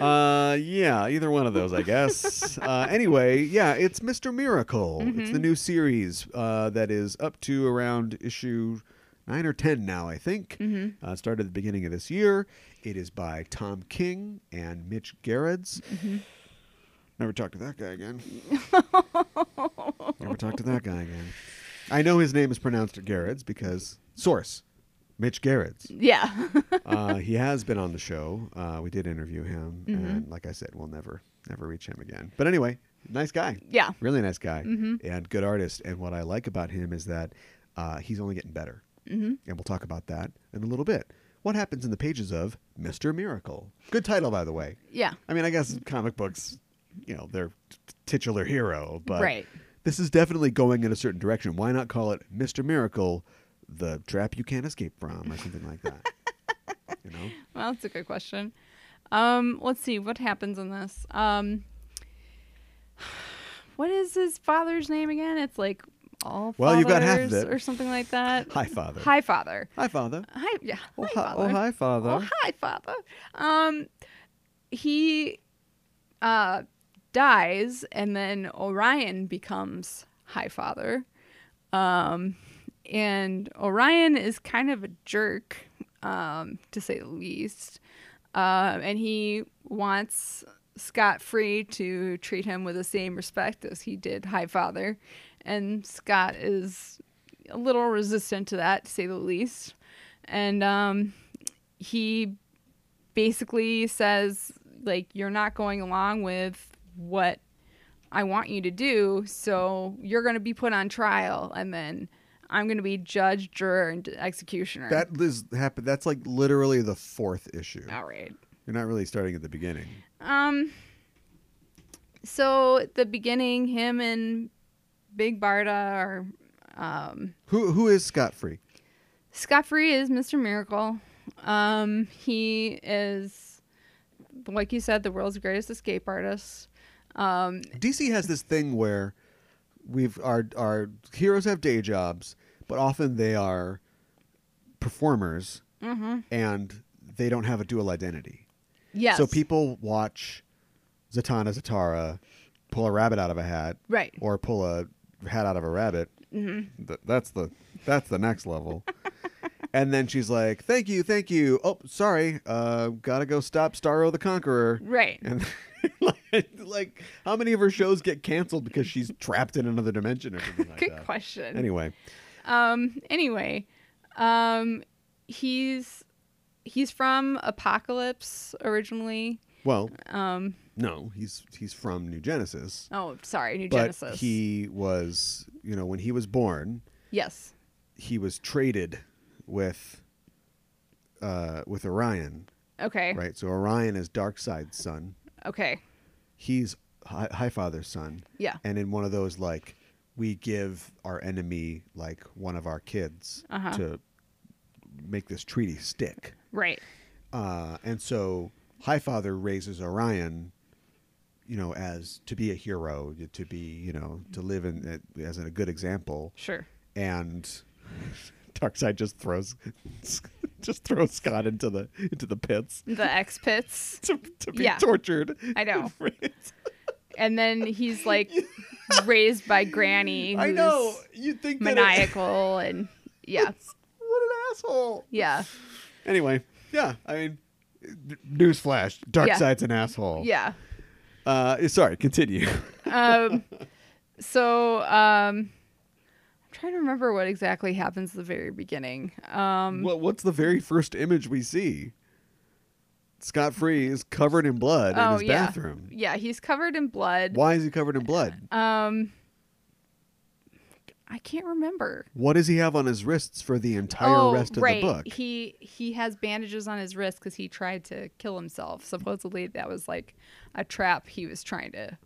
Speaker 1: Uh, yeah, either one of those, I guess. uh, anyway, yeah, it's Mr. Miracle. It's the new series uh, that is up to around issue nine or ten now, I think. Uh, it started at the beginning of this year. It is by Tom King and Mitch Gerrits. Never talk to that guy again. Never talk to that guy again. I know his name is pronounced Gerrits because source, Mitch Gerrits
Speaker 2: Yeah.
Speaker 1: uh, he has been on the show. Uh, we did interview him, and like I said, we'll never, never reach him again. But anyway, nice guy,
Speaker 2: yeah.
Speaker 1: really nice guy, and good artist. And what I like about him is that uh, he's only getting better, mm-hmm. and we'll talk about that in a little bit. What happens in the pages of Mister Miracle? Good title, by the way.
Speaker 2: Yeah.
Speaker 1: I mean, I guess comic books, you know, they're t- titular hero, but
Speaker 2: Right.
Speaker 1: this is definitely going in a certain direction. Why not call it Mister Miracle, the trap you can't escape from, or something like that? you know.
Speaker 2: Well, that's a good question. Um, let's see what happens in this. Um, what is his father's name again? It's like all
Speaker 1: Well, you've got half of
Speaker 2: fathers
Speaker 1: it.
Speaker 2: or something like that.
Speaker 1: Hi, father.
Speaker 2: Hi, father.
Speaker 1: Hi, father.
Speaker 2: Hi, yeah.
Speaker 1: Oh,
Speaker 2: hi,
Speaker 1: hi,
Speaker 2: father.
Speaker 1: oh, hi, father.
Speaker 2: Oh, hi, Father. Um, he uh, dies, and then Orion becomes High Father. Um, and Orion is kind of a jerk, um, to say the least. Um, and he wants Scott Free to treat him with the same respect as he did High Father. And Scott is a little resistant to that, to say the least. And um, he basically says like you're not going along with what I want you to do, so you're going to be put on trial and then I'm going to be judge, juror and executioner.
Speaker 1: That is happened. That's like literally the fourth issue.
Speaker 2: All right.
Speaker 1: You're not really starting at the beginning.
Speaker 2: Um so at the beginning him and Big Barda are um
Speaker 1: Who who is Scott Free?
Speaker 2: Scott Free is Mr. Miracle. Um, he is, like you said, the world's greatest escape artist. Um,
Speaker 1: DC has this thing where we've our our heroes have day jobs, but often they are performers and they don't have a dual identity.
Speaker 2: Mm-hmm. yes.
Speaker 1: So people watch Zatanna Zatara pull a rabbit out of a hat,
Speaker 2: Right. Mm-hmm.
Speaker 1: Or pull a hat out of a rabbit. Th- that's the that's the next level. and then she's like, "Thank you, thank you." Oh, sorry, uh, gotta go stop Starro the Conqueror.
Speaker 2: Right.
Speaker 1: And like, like, how many of her shows get canceled because she's trapped in another dimension or something like
Speaker 2: Good
Speaker 1: that?
Speaker 2: question.
Speaker 1: Anyway,
Speaker 2: Um anyway, um he's he's from Apocalypse originally.
Speaker 1: well,
Speaker 2: Um
Speaker 1: no, he's he's from New Genesis,
Speaker 2: oh, sorry, New
Speaker 1: but
Speaker 2: Genesis.
Speaker 1: he was, you know, when he was born,
Speaker 2: yes.
Speaker 1: he was traded with uh with Orion,
Speaker 2: Okay.
Speaker 1: right? So Orion is Darkseid's son.
Speaker 2: Okay.
Speaker 1: He's Hi- Highfather's son.
Speaker 2: Yeah.
Speaker 1: and in one of those like we give our enemy like one of our kids
Speaker 2: Uh-huh.
Speaker 1: to make this treaty stick
Speaker 2: Right.
Speaker 1: uh, and so highfather raises orion you know as to be a hero to be you know to live in as a good example
Speaker 2: Sure.
Speaker 1: and darkseid just throws just throws scott into the into the pits
Speaker 2: The X pits.
Speaker 1: to, to be
Speaker 2: Yeah.
Speaker 1: tortured
Speaker 2: I know.
Speaker 1: It's-
Speaker 2: And then he's like raised by Granny who's
Speaker 1: i know you think that it-
Speaker 2: maniacal and yeah.
Speaker 1: what an asshole
Speaker 2: Yeah.
Speaker 1: Anyway, yeah, I mean, newsflash: Dark
Speaker 2: Yeah.
Speaker 1: Side's an asshole.
Speaker 2: Yeah.
Speaker 1: Uh, sorry, continue.
Speaker 2: um, so um, I'm trying to remember what exactly happens at the very beginning. Um,
Speaker 1: what, what's the very first image we see? Scott Free is covered in blood
Speaker 2: oh
Speaker 1: in his
Speaker 2: yeah, Uh,
Speaker 1: bathroom.
Speaker 2: yeah, he's covered in blood.
Speaker 1: Why is he covered in blood?
Speaker 2: Um, I can't remember.
Speaker 1: What does he have on his wrists for the entire
Speaker 2: oh,
Speaker 1: rest of
Speaker 2: right.
Speaker 1: the book?
Speaker 2: He he has bandages on his wrist because he tried to kill himself. Supposedly that was like a trap he was trying to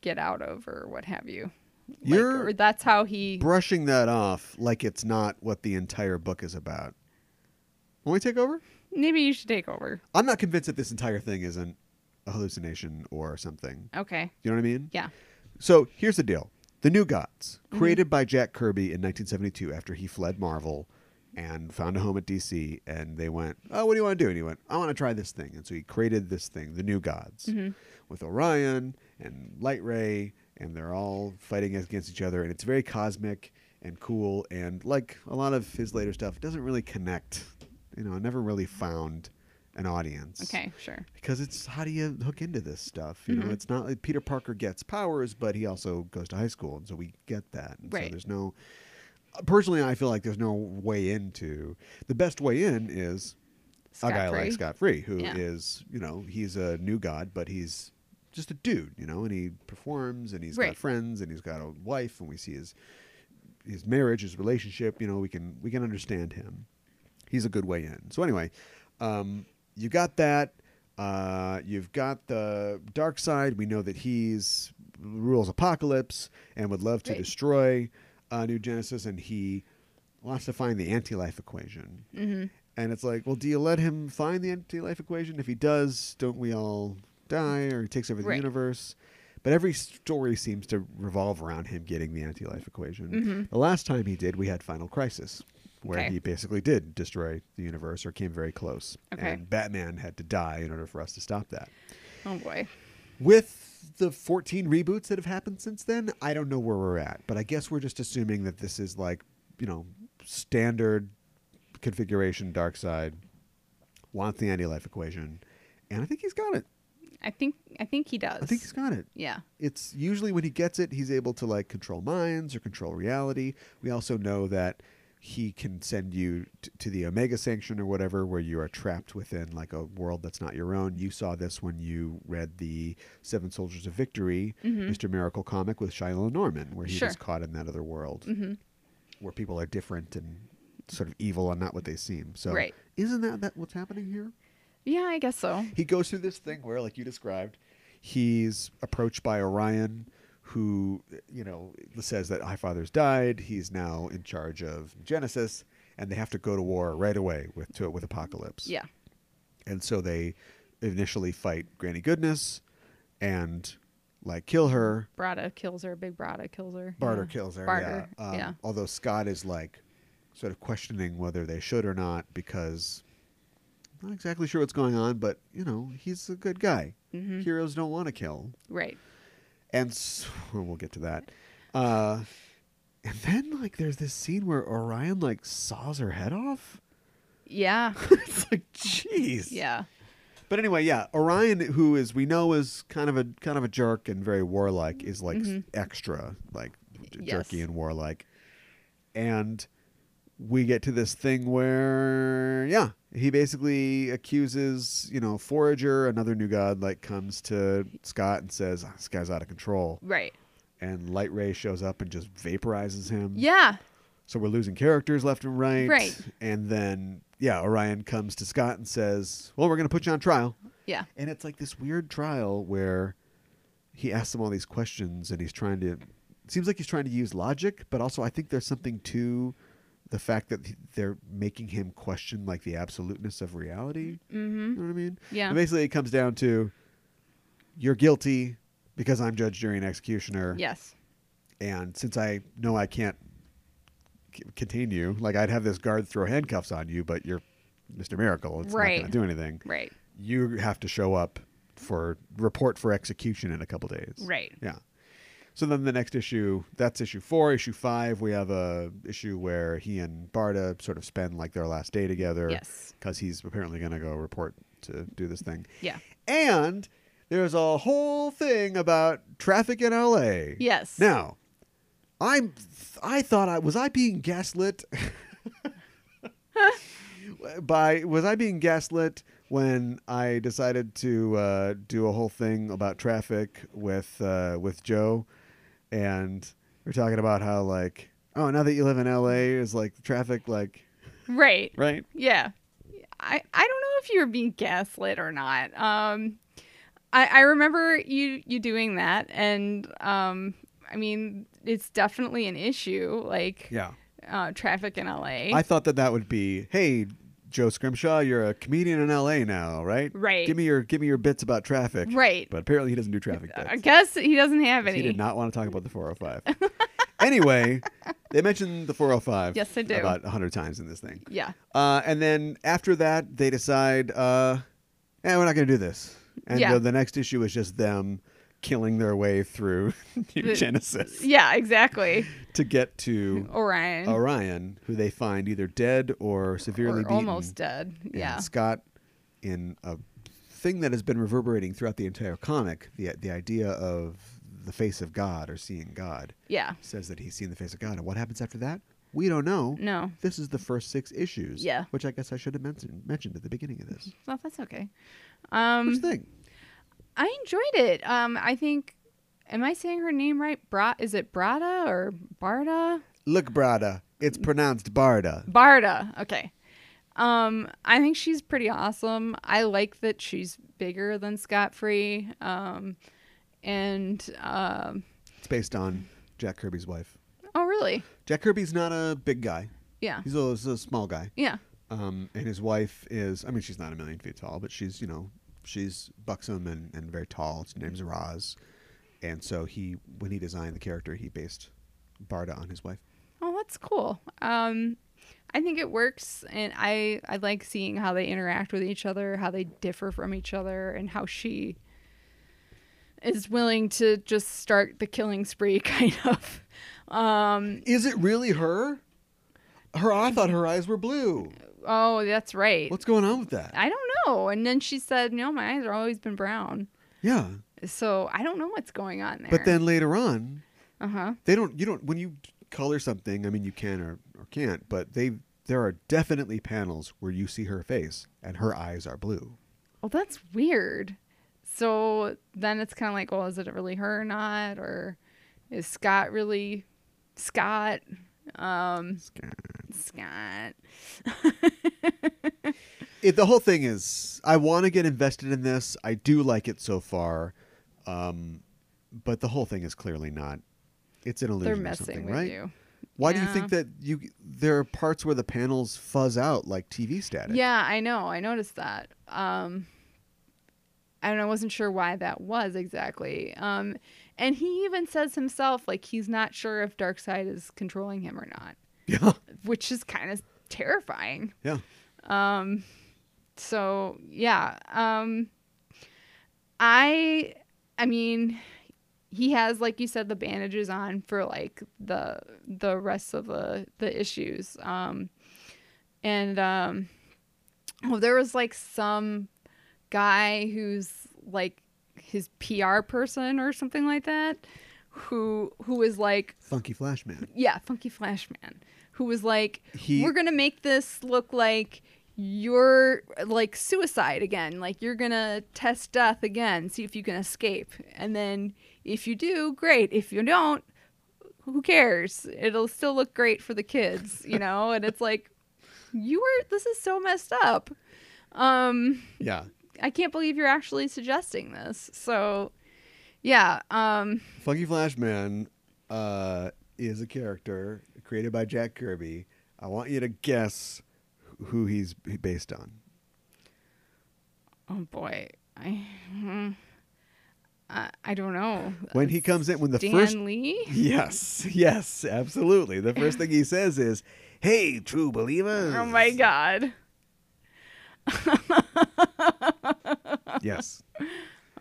Speaker 2: get out of or what have you. Like,
Speaker 1: You're
Speaker 2: or that's how he
Speaker 1: brushing that off like it's not what the entire book is about. Want we take over?
Speaker 2: maybe you should take over.
Speaker 1: I'm not convinced that this entire thing isn't a hallucination or something.
Speaker 2: Okay.
Speaker 1: You know what I mean?
Speaker 2: Yeah.
Speaker 1: So here's the deal: The New Gods, created by Jack Kirby in 1972, after he fled Marvel and found a home at DC, and they went, "Oh, what do you want to do?" And he went, "I want to try this thing." And so he created this thing, The New Gods, with Orion and Light Ray, and they're all fighting against each other, and it's very cosmic and cool. And like a lot of his later stuff, it doesn't really connect. You know, it never really found an audience
Speaker 2: Okay. Sure.
Speaker 1: because it's how do you hook into this stuff? You
Speaker 2: Mm-hmm.
Speaker 1: know, it's not like Peter Parker gets powers, but he also goes to high school, and so we get that. And So
Speaker 2: Right.
Speaker 1: there's no. Personally, I feel like there's no way into the best way in is
Speaker 2: Scott
Speaker 1: a guy
Speaker 2: Free.
Speaker 1: like Scott Free, who is
Speaker 2: Yeah.
Speaker 1: you know he's a new god, but he's just a dude, you know, and he performs, and he's got
Speaker 2: Right.
Speaker 1: friends, and he's got a wife, and we see his his marriage, his relationship. You know, we can we can understand him. He's a good way in. So anyway, um, you got that. Uh, you've got the dark side. We know that he's rules apocalypse and would love to
Speaker 2: Right.
Speaker 1: destroy uh, New Genesis, and he wants to find the anti-life equation.
Speaker 2: Mm-hmm.
Speaker 1: And it's like, well, do you let him find the anti-life equation? If he does, don't we all die? Or he takes over the
Speaker 2: Right.
Speaker 1: universe? But every story seems to revolve around him getting the anti-life equation.
Speaker 2: Mhm.
Speaker 1: The last time he did, we had Final Crisis, where
Speaker 2: Okay.
Speaker 1: he basically did destroy the universe or came very close.
Speaker 2: Okay.
Speaker 1: And Batman had to die in order for us to stop that.
Speaker 2: Oh boy.
Speaker 1: With the 14 reboots that have happened since then, I don't know where we're at, but I guess we're just assuming that this is like, you know, standard configuration dark side wants the anti-life equation, and I think he's got it.
Speaker 2: I think I think he does.
Speaker 1: I think he's got it.
Speaker 2: yeah.
Speaker 1: It's usually when he gets it, he's able to like control minds or control reality. We also know that he can send you t- to the Omega Sanction or whatever, where you are trapped within like a world that's not your own. You saw this when you read the Seven Soldiers of Victory,
Speaker 2: Mhm.
Speaker 1: Mr. Miracle comic with Shiloh Norman, where he
Speaker 2: Sure.
Speaker 1: was caught in that other world
Speaker 2: hmm
Speaker 1: where people are different and sort of evil and not what they seem. So,
Speaker 2: Right.
Speaker 1: isn't that, that what's happening here?
Speaker 2: Yeah, I guess so.
Speaker 1: he goes through this thing where like you described he's approached by orion who you know says that high father's died he's now in charge of genesis and they have to go to war right away with to with apocalypse
Speaker 2: Yeah.
Speaker 1: and so they initially fight granny goodness and like kill her
Speaker 2: Brada kills her. Big Brada kills her.
Speaker 1: barter
Speaker 2: yeah.
Speaker 1: kills her
Speaker 2: Barter,
Speaker 1: yeah, um,
Speaker 2: yeah.
Speaker 1: although scott is like sort of questioning whether they should or not because not exactly sure what's going on but you know he's a good guy
Speaker 2: hmm
Speaker 1: heroes don't want to kill
Speaker 2: Right.
Speaker 1: and so, we'll get to that uh And then like there's this scene where Orion like saws her head off.
Speaker 2: Yeah.
Speaker 1: it's like jeez.
Speaker 2: Yeah.
Speaker 1: But anyway, yeah, Orion, who is we know is kind of a kind of a jerk and very warlike, is like s-
Speaker 2: Mhm.
Speaker 1: extra like j-
Speaker 2: Yes.
Speaker 1: jerky and warlike, and we get to this thing where yeah, he basically accuses you know Forager, another new god, like comes to Scott and says "Ah, this guy's out of control,
Speaker 2: Right.
Speaker 1: and Light Ray shows up and just vaporizes him.
Speaker 2: Yeah.
Speaker 1: So we're losing characters left and right.
Speaker 2: Right.
Speaker 1: And then, yeah, Orion comes to Scott and says, Well, we're going to put you on trial.
Speaker 2: Yeah.
Speaker 1: And it's like this weird trial where he asks him all these questions and he's trying to. It seems like he's trying to use logic, but also I think there's something to the fact that he- they're making him question like the absoluteness of reality.
Speaker 2: Mm-hmm.
Speaker 1: You know what I mean?
Speaker 2: Yeah.
Speaker 1: And basically, it comes down to you're guilty because I'm judge, jury, and executioner
Speaker 2: Yes.
Speaker 1: and since I know I can't c- contain you, like I'd have this guard throw handcuffs on you, but you're Mr. Miracle. It's
Speaker 2: Right.
Speaker 1: not going to do anything.
Speaker 2: Right.
Speaker 1: You have to show up for report for execution in a couple days.
Speaker 2: Right.
Speaker 1: Yeah. So then the next issue, that's issue four. Issue five, we have a issue where he and Barda sort of spend like their last day together.
Speaker 2: Yes.
Speaker 1: Because he's apparently going to go report to do this thing.
Speaker 2: Yeah.
Speaker 1: And there's a whole thing about traffic in LA.
Speaker 2: Yes.
Speaker 1: Now, I'm. I thought I was I being gaslit by was I being gaslit when I decided to uh, do a whole thing about traffic with uh, with Joe, and we're talking about how like oh now that you live in L.A. is like traffic like
Speaker 2: Right.
Speaker 1: right
Speaker 2: Yeah. I, I don't know if you were being gaslit or not. Um, I, I remember you, you doing that. And um, I mean, it's definitely an issue, like
Speaker 1: yeah
Speaker 2: uh, traffic in LA.
Speaker 1: I thought that that would be hey Joe Scrimshaw you're a comedian in L.A. now right
Speaker 2: Right.
Speaker 1: give me your give me your bits about traffic
Speaker 2: Right.
Speaker 1: but apparently he doesn't do traffic bits.
Speaker 2: I guess he doesn't have any.
Speaker 1: He did not want to talk about the 405. anyway, they mentioned the 405.
Speaker 2: Yes, they do.
Speaker 1: About 100 times in this thing.
Speaker 2: Yeah.
Speaker 1: Uh, and then after that, they decide, uh, eh, we're not going to do this. And
Speaker 2: Yeah.
Speaker 1: the, the next issue is just them killing their way through New
Speaker 2: The-
Speaker 1: Genesis
Speaker 2: Yeah, exactly.
Speaker 1: to get to
Speaker 2: Orion.
Speaker 1: Orion, who they find either dead or severely
Speaker 2: or
Speaker 1: beaten.
Speaker 2: almost dead.
Speaker 1: And
Speaker 2: Yeah.
Speaker 1: Scott, in a thing that has been reverberating throughout the entire comic, the the idea of the face of God or seeing God
Speaker 2: Yeah.
Speaker 1: says that he's seen the face of God. And what happens after that? We don't know.
Speaker 2: No.
Speaker 1: This is the first six issues.
Speaker 2: Yeah.
Speaker 1: Which I guess I should have mentioned mentioned at the beginning of this.
Speaker 2: Well, that's okay.
Speaker 1: Which
Speaker 2: Um,
Speaker 1: thing?
Speaker 2: I enjoyed it. Um, I think. Am I saying her name right? Bra? Is it Brada or Barda?
Speaker 1: Look, Brada. It's pronounced Barda.
Speaker 2: Barda. Okay. Um, I think she's pretty awesome. I like that she's bigger than Scott Free. Um, and um,
Speaker 1: It's based on Jack Kirby's wife.
Speaker 2: oh, really?
Speaker 1: Jack Kirby's not a big guy.
Speaker 2: Yeah.
Speaker 1: He's a, he's a small guy.
Speaker 2: Yeah.
Speaker 1: Um, and his wife is, I mean, she's not a million feet tall, but she's, you know, she's buxom and, and very tall. Her name's Roz. And so he, when he designed the character, he based Barda on his wife.
Speaker 2: Oh, that's cool. Um, I think it works, and I I like seeing how they interact with each other, how they differ from each other, and how she is willing to just start the killing spree, kind of. Um,
Speaker 1: Is it really her? Her, I thought her eyes were blue.
Speaker 2: oh, that's right.
Speaker 1: What's going on with that?
Speaker 2: I don't know. And then she said, "No, my eyes have always been brown."
Speaker 1: Yeah,
Speaker 2: So I don't know what's going on there.
Speaker 1: but then later on,
Speaker 2: uh huh.
Speaker 1: they don't. You don't. When you color something, I mean, you can or, or can't, but they there are definitely panels where you see her face and her eyes are blue.
Speaker 2: Well, that's weird. So then it's kind of like, well, is it really her or not? Or is Scott really Scott? Um, Scott.
Speaker 1: it, the whole thing is I want to get invested in this. I do like it so far, um, but the whole thing is clearly not. It's an
Speaker 2: They're
Speaker 1: illusion or
Speaker 2: messing
Speaker 1: something,
Speaker 2: with
Speaker 1: right?
Speaker 2: you.
Speaker 1: Why do you
Speaker 2: Yeah.
Speaker 1: think that you there are parts where the panels fuzz out like TV static?
Speaker 2: Yeah, I know. I noticed that. Um, and I wasn't sure why that was exactly. Um, and he even says himself, like, he's not sure if Darkseid is controlling him or not,
Speaker 1: yeah,
Speaker 2: which is kind of terrifying.
Speaker 1: yeah.
Speaker 2: Um, so yeah, um, I, I mean, he has like you said the bandages on for like the the rest of the the issues um and um well, there was like some guy who's like his PR person or something like that who who was like
Speaker 1: Funky Flashman.
Speaker 2: yeah, Funky Flashman, who was like,
Speaker 1: He-
Speaker 2: "We're gonna make this look like you're like suicide again. Like you're gonna test death again, see if you can escape, and then if you do, great. If you don't, who cares? It'll still look great for the kids, you know." and it's like, you were this is so messed up. Um,
Speaker 1: Yeah.
Speaker 2: I can't believe you're actually suggesting this. So, yeah, um,
Speaker 1: Funky Flashman uh, is a character created by Jack Kirby. I want you to guess who he's based on.
Speaker 2: Oh boy, I mm, I, I don't know.
Speaker 1: When he comes in, when the
Speaker 2: Dan
Speaker 1: first
Speaker 2: Lee.
Speaker 1: yes, yes, absolutely. The first thing he says is, "Hey, true believers!"
Speaker 2: Oh my god.
Speaker 1: Yes,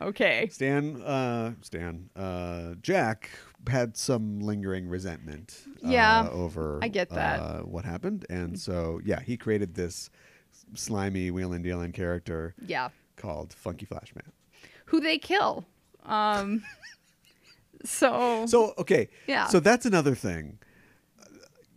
Speaker 2: Okay.
Speaker 1: Stan, uh, Stan, uh, Jack had some lingering resentment. uh,
Speaker 2: Yeah,
Speaker 1: over
Speaker 2: I get that.
Speaker 1: uh, what happened, and so yeah, he created this slimy wheeling dealing character
Speaker 2: Yeah.
Speaker 1: called Funky Flashman.
Speaker 2: Who they kill? Um. so.
Speaker 1: So okay,
Speaker 2: Mm-hmm. Yeah.
Speaker 1: So that's another thing.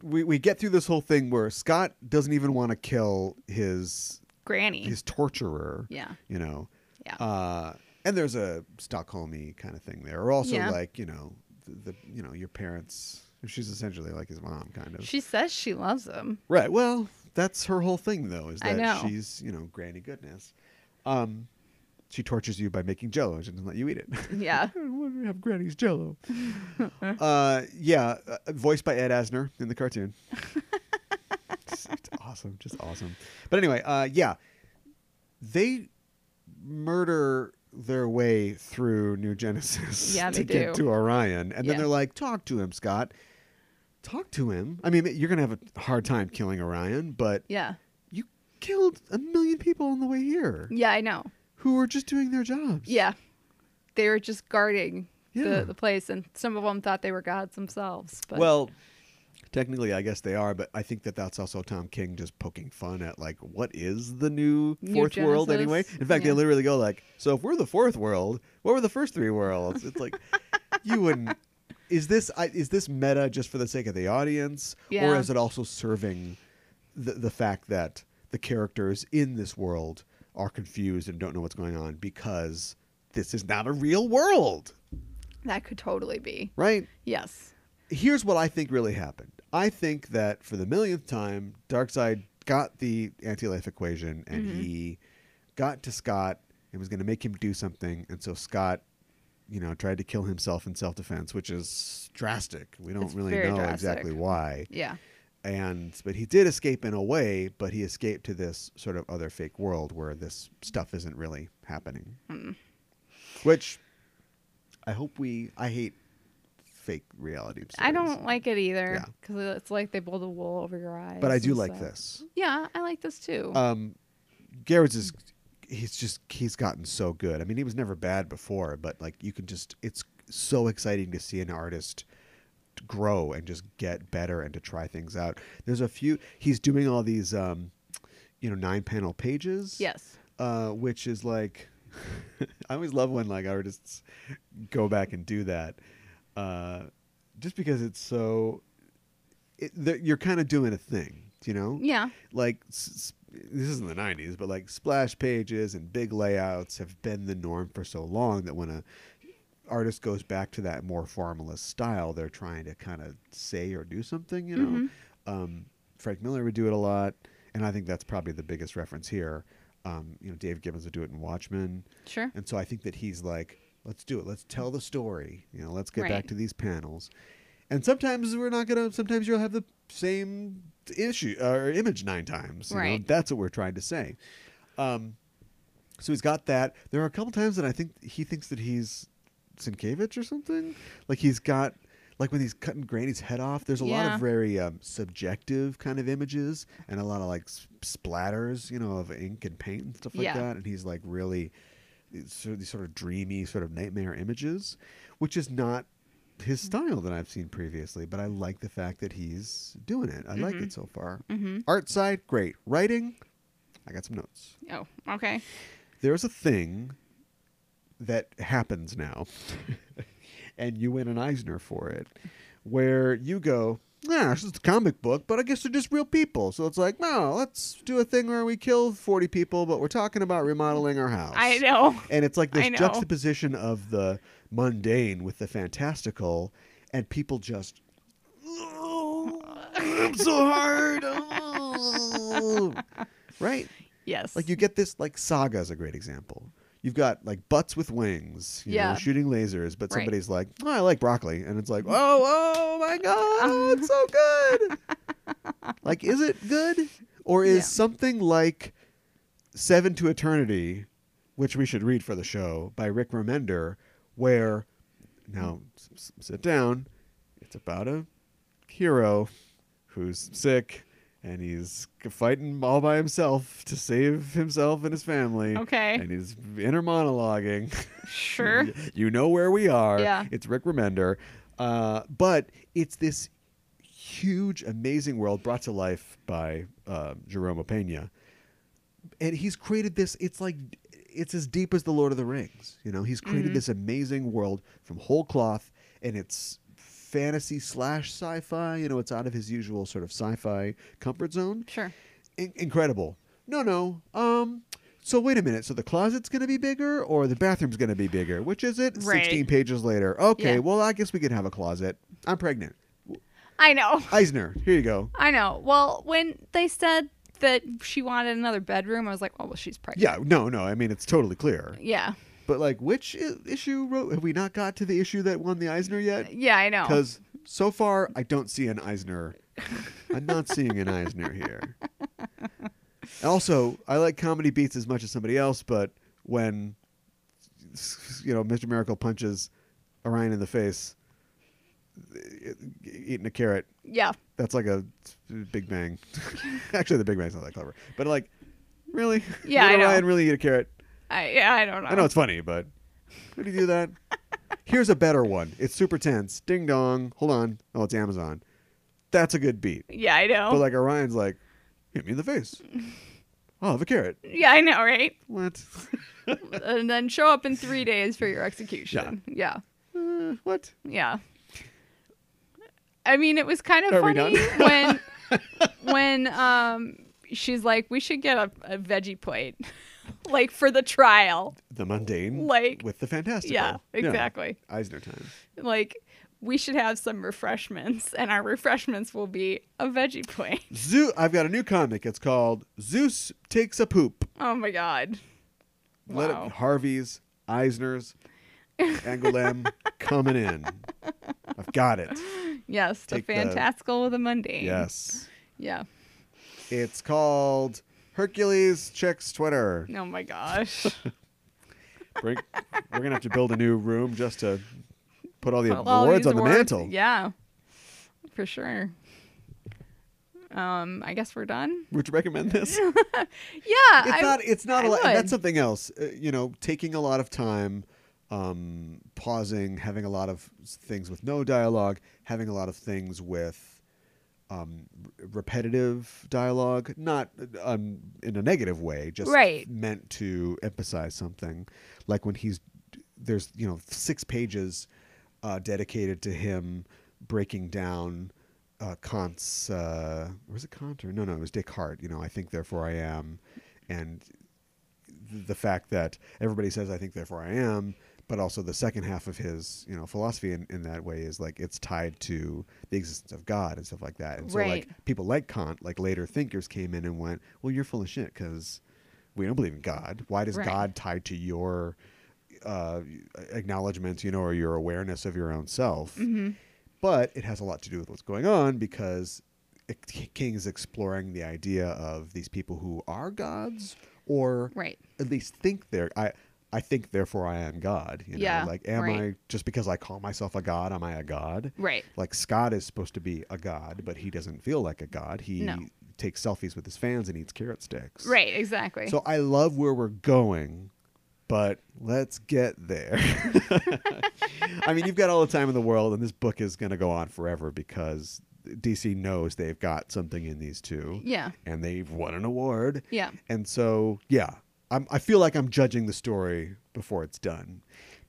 Speaker 1: We we get through this whole thing where Scott doesn't even want to kill his
Speaker 2: Granny.
Speaker 1: his torturer.
Speaker 2: yeah.
Speaker 1: You know.
Speaker 2: Yeah.
Speaker 1: Uh, and there's a Stockholmy kind of thing there, or also
Speaker 2: Yeah.
Speaker 1: like you know the, the you know your parents. She's essentially like his mom, kind of.
Speaker 2: she says she loves him.
Speaker 1: right. Well, that's her whole thing though, is
Speaker 2: I
Speaker 1: that
Speaker 2: know.
Speaker 1: she's you know granny goodness. Um, she tortures you by making Jello. She doesn't let you eat it.
Speaker 2: Yeah.
Speaker 1: I want to have Granny's Jello. uh, yeah, uh, voiced by Ed Asner in the cartoon. Just awesome, just awesome. But anyway, uh, yeah, they murder their way through New Genesis
Speaker 2: Yeah,
Speaker 1: to
Speaker 2: they
Speaker 1: get
Speaker 2: do.
Speaker 1: to Orion, and then
Speaker 2: Yeah.
Speaker 1: they're like, "Talk to him, Scott. Talk to him." I mean, you're gonna have a hard time killing Orion, but
Speaker 2: Yeah.
Speaker 1: you killed a million people on the way here
Speaker 2: Yeah. I know.
Speaker 1: who were just doing their jobs.
Speaker 2: Yeah. They were just guarding
Speaker 1: Yeah.
Speaker 2: the, the place, and some of them thought they were gods themselves. But
Speaker 1: Well, technically, I guess they are, but I think that that's also Tom King just poking fun at like what is the new
Speaker 2: New
Speaker 1: fourth world
Speaker 2: Genesis?
Speaker 1: anyway. In fact,
Speaker 2: Yeah.
Speaker 1: they literally go like, "So if we're the fourth world, what were the first three worlds?" It's like you wouldn't. Is this I- is this meta just for the sake of the audience, or
Speaker 2: Yeah.
Speaker 1: is it also serving the the fact that the characters in this world are confused and don't know what's going on because this is not a real world,
Speaker 2: that could totally be.
Speaker 1: right?
Speaker 2: Yes.
Speaker 1: here's what I think really happened. I think that for the millionth time, Darkseid got the anti-life equation and
Speaker 2: Mm-hmm.
Speaker 1: he got to Scott and was going to make him do something. And so Scott, you know, tried to kill himself in self-defense, which is drastic. We don't
Speaker 2: It's
Speaker 1: really
Speaker 2: very
Speaker 1: know
Speaker 2: drastic.
Speaker 1: exactly why.
Speaker 2: Yeah.
Speaker 1: And but he did escape in a way, but he escaped to this sort of other fake world where this stuff isn't really happening.
Speaker 2: Mm.
Speaker 1: Which I hope we I hate fake reality
Speaker 2: I
Speaker 1: stories.
Speaker 2: don't like it either
Speaker 1: Yeah.
Speaker 2: because it's like they blow the wool over your eyes.
Speaker 1: but I do
Speaker 2: and
Speaker 1: like
Speaker 2: stuff.
Speaker 1: this.
Speaker 2: Yeah, I like this too.
Speaker 1: Um, Garrett's is he's just he's gotten so good. I mean, he was never bad before, but like you can just it's so exciting to see an artist grow and just get better and to try things out. There's a few he's doing all these um, you know, nine panel pages.
Speaker 2: yes.
Speaker 1: Uh, which is like I always love when like artists go back and do that. Uh, just because it's so it, they're- you're kind of doing a thing, you know?
Speaker 2: Yeah.
Speaker 1: like s- s- this isn't the 90s but like splash pages and big layouts have been the norm for so long that when a artist goes back to that more formalist style they're trying to kind of say or do something you know um, frank miller would do it a lot and i think that's probably the biggest reference here um, you know dave gibbons would do it in watchmen
Speaker 2: Sure.
Speaker 1: and so I think that he's like, let's do it. Let's tell the story. You know, let's get back
Speaker 2: Right.
Speaker 1: to these panels. And sometimes we're not gonna. Sometimes you'll have the same issue or image nine times. you know?
Speaker 2: Right.
Speaker 1: That's what we're trying to say. Um, so he's got that. There are a couple times that I think he thinks that he's Sienkiewicz or something. Like he's got. Like when he's cutting Granny's head off, there's a lot
Speaker 2: Yeah.
Speaker 1: of very um, subjective kind of images and a lot of like s- splatters, you know, of ink and paint and stuff like
Speaker 2: Yeah.
Speaker 1: that. And he's like really it's sort of these sort of dreamy, sort of nightmare images, which is not his
Speaker 2: Mm.
Speaker 1: style that I've seen previously. But I like the fact that he's doing it. I like it so far.
Speaker 2: Mm-hmm.
Speaker 1: Art side, great. Writing, I got some notes.
Speaker 2: Oh, okay.
Speaker 1: there's a thing that happens now, and you win an Eisner for it, where you go, nah, it's just a comic book, but I guess they're just real people. So it's like, no, let's do a thing where we kill 40 people, but we're talking about remodeling our house.
Speaker 2: I know.
Speaker 1: And it's like this
Speaker 2: I know.
Speaker 1: juxtaposition of the mundane with the fantastical, and people just, oh, I'm so hard. oh." Right?
Speaker 2: Yes.
Speaker 1: Like you get this like Saga is a great example. You've got like butts with wings, you
Speaker 2: Yeah.
Speaker 1: know, shooting lasers, but
Speaker 2: Right.
Speaker 1: somebody's like, "Oh, I like broccoli," and it's like, "Oh, oh my god, it's so good!" like, is it good, or is
Speaker 2: Yeah.
Speaker 1: something like Seven to Eternity, which we should read for the show by Rick Remender, where now s- s- sit down. It's about a hero who's sick and he's fighting all by himself to save himself and his family.
Speaker 2: okay.
Speaker 1: And he's inner monologuing.
Speaker 2: Sure.
Speaker 1: you know where we are.
Speaker 2: Yeah.
Speaker 1: It's Rick Remender. Uh, but it's this huge, amazing world brought to life by uh, Jerome Pena. And he's created this, it's like, it's as deep as the Lord of the Rings. You know, he's created
Speaker 2: Mhm.
Speaker 1: this amazing world from whole cloth, and it's fantasy slash sci fi. You know, it's out of his usual sort of sci fi comfort zone
Speaker 2: Sure.
Speaker 1: in- incredible. No, no. Um. So wait a minute. So the closet's going to be bigger, or the bathroom's going to be bigger? Which is it?
Speaker 2: Right.
Speaker 1: Sixteen pages later. Okay.
Speaker 2: Yeah.
Speaker 1: Well, I guess we could have a closet. I'm pregnant.
Speaker 2: I know.
Speaker 1: Eisner. Here you go.
Speaker 2: I know. Well, when they said that she wanted another bedroom, I was like, oh, well, she's pregnant.
Speaker 1: Yeah. No. No. I mean, it's totally clear.
Speaker 2: Yeah.
Speaker 1: But like, which I- issue wrote? Have we not got to the issue that won the Eisner yet?
Speaker 2: Yeah, I know.
Speaker 1: Because so far, I don't see an Eisner. I'm not seeing an Eisner here. Also, I like comedy beats as much as somebody else, but when you know Mr. Miracle punches Orion in the face, e-, eating a carrot,
Speaker 2: Yeah.
Speaker 1: that's like a Big Bang. Actually, the Big Bang's not that clever, but like, really,
Speaker 2: Yeah,
Speaker 1: Did
Speaker 2: I know.
Speaker 1: Orion really eat a carrot?
Speaker 2: I yeah, I don't know.
Speaker 1: I know it's funny, but could he do that? Here's a better one. It's super tense. Ding dong. Hold on. Oh, it's Amazon. That's a good beat.
Speaker 2: yeah, I know.
Speaker 1: But like Orion's like, hit me in the face. I'll have a carrot.
Speaker 2: yeah, I know, right?
Speaker 1: What?
Speaker 2: and then show up in three days for your execution. Yeah.
Speaker 1: Uh, what?
Speaker 2: Yeah. I mean, it was kind of
Speaker 1: Are we
Speaker 2: funny when when um she's like, we should get a, a veggie plate, like for the trial.
Speaker 1: The mundane
Speaker 2: Like-
Speaker 1: with the fantastical.
Speaker 2: Yeah, exactly.
Speaker 1: Eisner time.
Speaker 2: Like we should have some refreshments, and our refreshments will be a veggie plate.
Speaker 1: Zeus. I've got a new comic. It's called Zeus takes a poop.
Speaker 2: Oh my god.
Speaker 1: Let
Speaker 2: Wow.
Speaker 1: it, Harvey's, Eisner's, Angulem coming in. I've got it.
Speaker 2: Yes, the
Speaker 1: Take the-
Speaker 2: fantastical with a mundane.
Speaker 1: Yes.
Speaker 2: Yeah.
Speaker 1: It's called Hercules checks Twitter.
Speaker 2: Oh my gosh.
Speaker 1: Bring, we're gonna have to build a new room just to put all the
Speaker 2: Put all
Speaker 1: awards
Speaker 2: these
Speaker 1: on the
Speaker 2: awards-
Speaker 1: mantle.
Speaker 2: Yeah, for sure. Um, I guess we're done.
Speaker 1: Would you recommend this?
Speaker 2: Yeah,
Speaker 1: It's
Speaker 2: I-
Speaker 1: not. It's not
Speaker 2: I
Speaker 1: a lot.
Speaker 2: would.
Speaker 1: That's something else. Uh, you know, taking a lot of time, um, pausing, having a lot of s- things with no dialogue, having a lot of things with um, r- repetitive dialogue, not um, in a negative way, just
Speaker 2: Right.
Speaker 1: meant to emphasize something. Like when he's there's you know six pages uh, dedicated to him breaking down uh, Kant's uh, was it Kant or no no it was Descartes you know I think therefore I am and th- the fact that everybody says I think therefore I am but also the second half of his you know philosophy in, in that way is like it's tied to the existence of God and stuff like that and so like
Speaker 2: Right.
Speaker 1: people like Kant like later thinkers came in and went well you're full of shit because we don't believe in God why does
Speaker 2: Right.
Speaker 1: God tie to your uh, acknowledgement, you know, or your awareness of your own self.
Speaker 2: Mm-hmm.
Speaker 1: But it has a lot to do with what's going on because it- King is exploring the idea of these people who are gods or
Speaker 2: right.
Speaker 1: at least think they're. I, I think, therefore, I am God. You know,
Speaker 2: Yeah,
Speaker 1: like, am
Speaker 2: right.
Speaker 1: I just because I call myself a god? Am I a god?
Speaker 2: Right.
Speaker 1: Like Scott is supposed to be a god, but he doesn't feel like a god. He
Speaker 2: No.
Speaker 1: takes selfies with his fans and eats carrot sticks.
Speaker 2: Right. Exactly.
Speaker 1: So I love where we're going but let's get there. I mean, you've got all the time in the world, and this book is going to go on forever because DC knows they've got something in these two,
Speaker 2: Yeah.
Speaker 1: and they've won an award.
Speaker 2: Yeah.
Speaker 1: And so, yeah, I'm, I feel like I'm judging the story before it's done.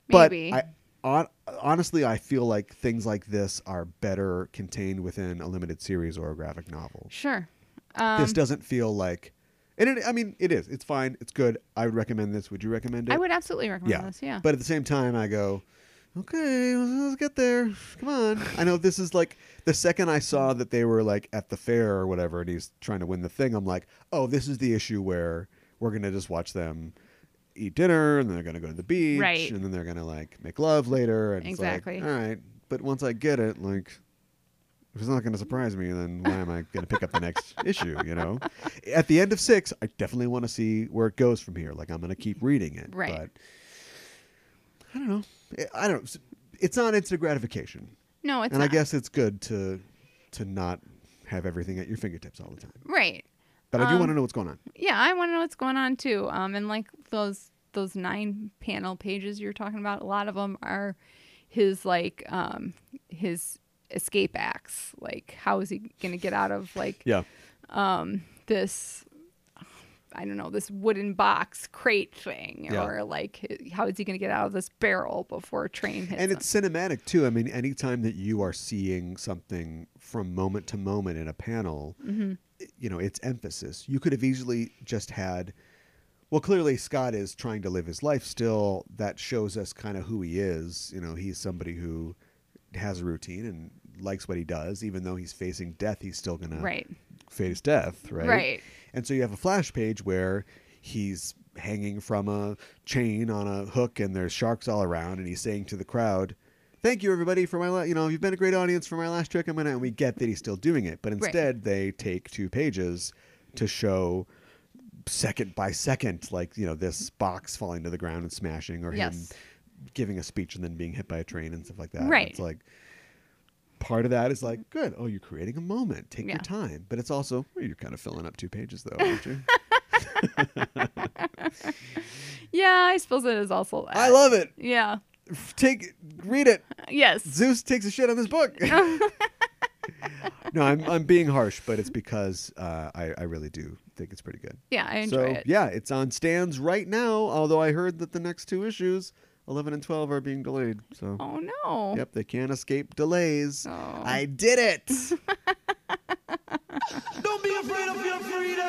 Speaker 2: Maybe.
Speaker 1: But I, on, honestly, I feel like things like this are better contained within a limited series or a graphic novel.
Speaker 2: Sure. Um,
Speaker 1: this doesn't feel like, and it, I mean, it is. It's fine. It's good. I would recommend this. Would you recommend it?
Speaker 2: I would absolutely recommend
Speaker 1: Yeah.
Speaker 2: this. Yeah.
Speaker 1: But at the same time, I go, okay, let's let's get there. Come on. I know this is like the second I saw that they were like at the fair or whatever, and he's trying to win the thing. I'm like, oh, this is the issue where we're gonna just watch them eat dinner, and then they're gonna go to the beach,
Speaker 2: Right.
Speaker 1: and then they're gonna like make love later, and it's like,
Speaker 2: Exactly.
Speaker 1: all right. But once I get it, like. If it's not going to surprise me, then why am I going to pick up the next issue? You know, at the end of six, I definitely want to see where it goes from here. Like I'm going to keep reading it,
Speaker 2: Right.
Speaker 1: But I don't know. I- I don't. It's not instant gratification,
Speaker 2: no, it's
Speaker 1: and I
Speaker 2: not.
Speaker 1: guess it's good to to not have everything at your fingertips all the time.
Speaker 2: right.
Speaker 1: But I do
Speaker 2: Um,
Speaker 1: want to know what's going on.
Speaker 2: Yeah, I want to know what's going on too. Um, and like those those nine panel pages you're talking about, a lot of them are his like um his escape acts. Like, how is he gonna get out of like
Speaker 1: Yeah,
Speaker 2: this? I don't know this wooden box crate thing,
Speaker 1: Yeah.
Speaker 2: or like h- how is he gonna get out of this barrel before a train hits
Speaker 1: and
Speaker 2: him?
Speaker 1: it's cinematic too. I mean, anytime that you are seeing something from moment to moment in a panel, i- you know, it's emphasis. You could have easily just had. Well, clearly Scott is trying to live his life still. That shows us kind of who he is. You know, he's somebody who has a routine and likes what he does, even though he's facing death. He's still gonna
Speaker 2: right,
Speaker 1: face death, right?
Speaker 2: Right.
Speaker 1: And so you have a flash page where he's hanging from a chain on a hook and there's sharks all around and he's saying to the crowd, Thank you everybody for my la- you know, you've been a great audience for my last trick. I'm gonna and we get that he's still doing it. But instead they take two pages to show second by second, like, you know, this box falling to the ground and smashing or
Speaker 2: Yes.
Speaker 1: him giving a speech and then being hit by a train and stuff like that. And
Speaker 2: Right.
Speaker 1: It's like part of that is like, good. Oh, you're creating a moment. Take
Speaker 2: Mm-hmm. Yeah.
Speaker 1: your time. But it's also, well, you're kind of filling up two pages, though, aren't you?
Speaker 2: yeah, I suppose it is also that.
Speaker 1: I love it.
Speaker 2: yeah,
Speaker 1: Take, read it.
Speaker 2: yes,
Speaker 1: Zeus takes a shit on this book. no, I'm I'm being harsh, but it's because uh, I I really do think it's pretty good.
Speaker 2: yeah, I enjoy
Speaker 1: so
Speaker 2: it.
Speaker 1: yeah, it's on stands right now. Although I heard that the next two issues, eleven and twelve, are being delayed. So
Speaker 2: Oh no.
Speaker 1: yep, they can't escape delays.
Speaker 2: Oh.
Speaker 1: I did it.
Speaker 3: Don't be afraid of your freedom.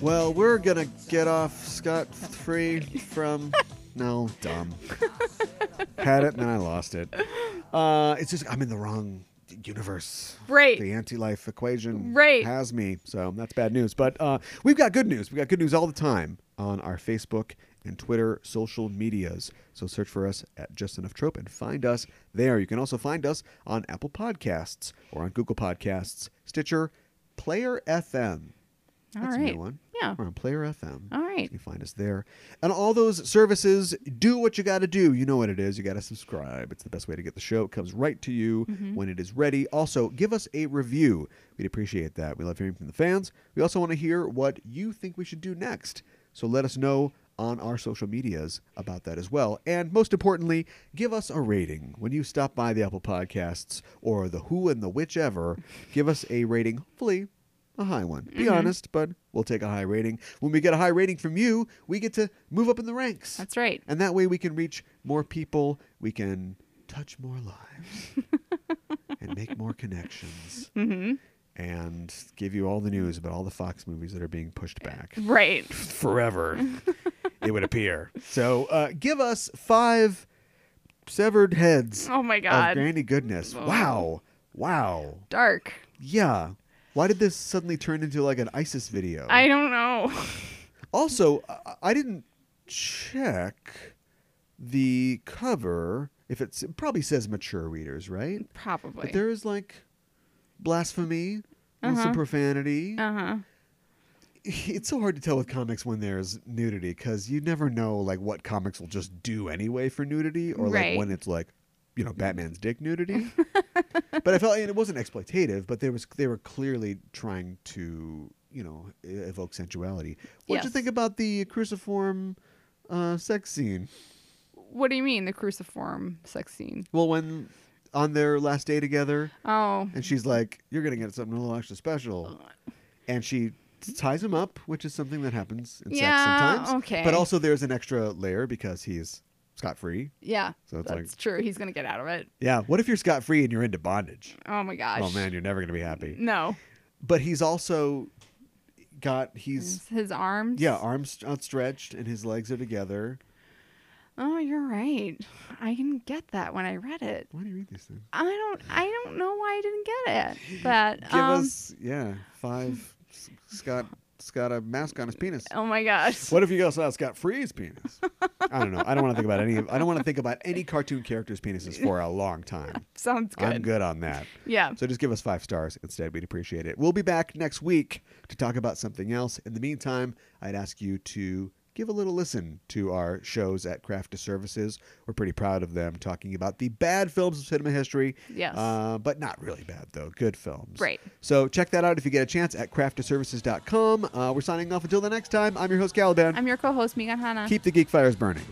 Speaker 1: Well, we're gonna get off scot free from. No, dumb. Had it and then I lost it. Uh, it's just I'm in the wrong universe.
Speaker 2: Right.
Speaker 1: The anti-life equation
Speaker 2: Right.
Speaker 1: has me, so that's bad news. But uh, we've got good news. We got good news all the time on our Facebook and Twitter social medias. So search for us at Just Enough Trope and find us there. You can also find us on Apple Podcasts or on Google Podcasts, Stitcher, Player FM.
Speaker 2: All
Speaker 1: That's a
Speaker 2: right.
Speaker 1: new one.
Speaker 2: Yeah.
Speaker 1: We're on Player FM.
Speaker 2: All right.
Speaker 1: You can find us there. And all those services, do what you got to do. You know what it is. You got to subscribe. It's the best way to get the show. It comes right to you
Speaker 2: Mm-hmm.
Speaker 1: when it is ready. Also, give us a review. We'd appreciate that. We love hearing from the fans. We also want to hear what you think we should do next. So let us know on our social medias about that as well. And most importantly, give us a rating. When you stop by the Apple Podcasts or the Who and the Whichever, give us a rating. Hopefully, a high one. Be
Speaker 2: Mm-hmm.
Speaker 1: honest, but we'll take a high rating. When we get a high rating from you, we get to move up in the ranks.
Speaker 2: That's right.
Speaker 1: And that way we can reach more people, we can touch more lives, and make more connections,
Speaker 2: Mm-hmm.
Speaker 1: and give you all the news about all the Fox movies that are being pushed back
Speaker 2: Right.
Speaker 1: forever, it would appear. So uh, give us five severed heads
Speaker 2: Oh my
Speaker 1: of
Speaker 2: god.
Speaker 1: Granny Goodness.
Speaker 2: Oh.
Speaker 1: Wow. Wow.
Speaker 2: Dark.
Speaker 1: Yeah. Why did this suddenly turn into like an ISIS video?
Speaker 2: I don't know.
Speaker 1: also I- I didn't check the cover. If it's it probably says mature readers, right?
Speaker 2: Probably.
Speaker 1: But there is like blasphemy and some
Speaker 2: Uh-huh.
Speaker 1: profanity.
Speaker 2: uh huh.
Speaker 1: it's so hard to tell with comics when there's nudity because you never know like what comics will just do anyway for nudity or like
Speaker 2: Right.
Speaker 1: when it's like you know Batman's dick nudity. but I felt and it wasn't exploitative, but there was they were clearly trying to you know e- evoke sensuality. What would you
Speaker 2: Yes.
Speaker 1: think about the cruciform uh, sex scene?
Speaker 2: What do you mean the cruciform sex scene?
Speaker 1: Well, when on their last day together,
Speaker 2: Oh,
Speaker 1: and she's like, "You're gonna get something a little extra special," and she ties him up, which is something that happens in
Speaker 2: Yeah,
Speaker 1: sex sometimes.
Speaker 2: okay.
Speaker 1: But also, there's an extra layer because he's scot free.
Speaker 2: yeah.
Speaker 1: So it's
Speaker 2: that's
Speaker 1: like-
Speaker 2: true. He's gonna get out of it.
Speaker 1: Yeah. What if you're scot free and you're into bondage?
Speaker 2: Oh my gosh.
Speaker 1: Oh man, you're never gonna be happy.
Speaker 2: No.
Speaker 1: But he's also got he's
Speaker 2: His, his arms.
Speaker 1: yeah arms outstretched and his legs are together.
Speaker 2: Oh, you're right. I didn't get that when I read it.
Speaker 1: Why do you read these things?
Speaker 2: I don't. I don't know why I didn't get it. That.
Speaker 1: Give
Speaker 2: um,
Speaker 1: us yeah five. S- Scott Scott a mask on his penis.
Speaker 2: Oh my gosh.
Speaker 1: What if you also asked Scott Free's penis? I don't know. I don't want to think about any. I don't want to think about any cartoon characters' penises for a long time.
Speaker 2: Sounds good.
Speaker 1: I'm good on that.
Speaker 2: Yeah.
Speaker 1: So just give us five stars instead. We'd appreciate it. We'll be back next week to talk about something else. In the meantime, I'd ask you to give a little listen to our shows at Craft to Services. We're pretty proud of them, talking about the bad films of cinema history.
Speaker 2: Yes.
Speaker 1: Uh, but not really bad, though. Good films.
Speaker 2: Right.
Speaker 1: So check that out if you get a chance at crafttoservices.com. Uh, we're signing off until the next time. I'm your host, Caliban.
Speaker 2: I'm your co-host Megan Hana.
Speaker 1: Keep the geek fires burning.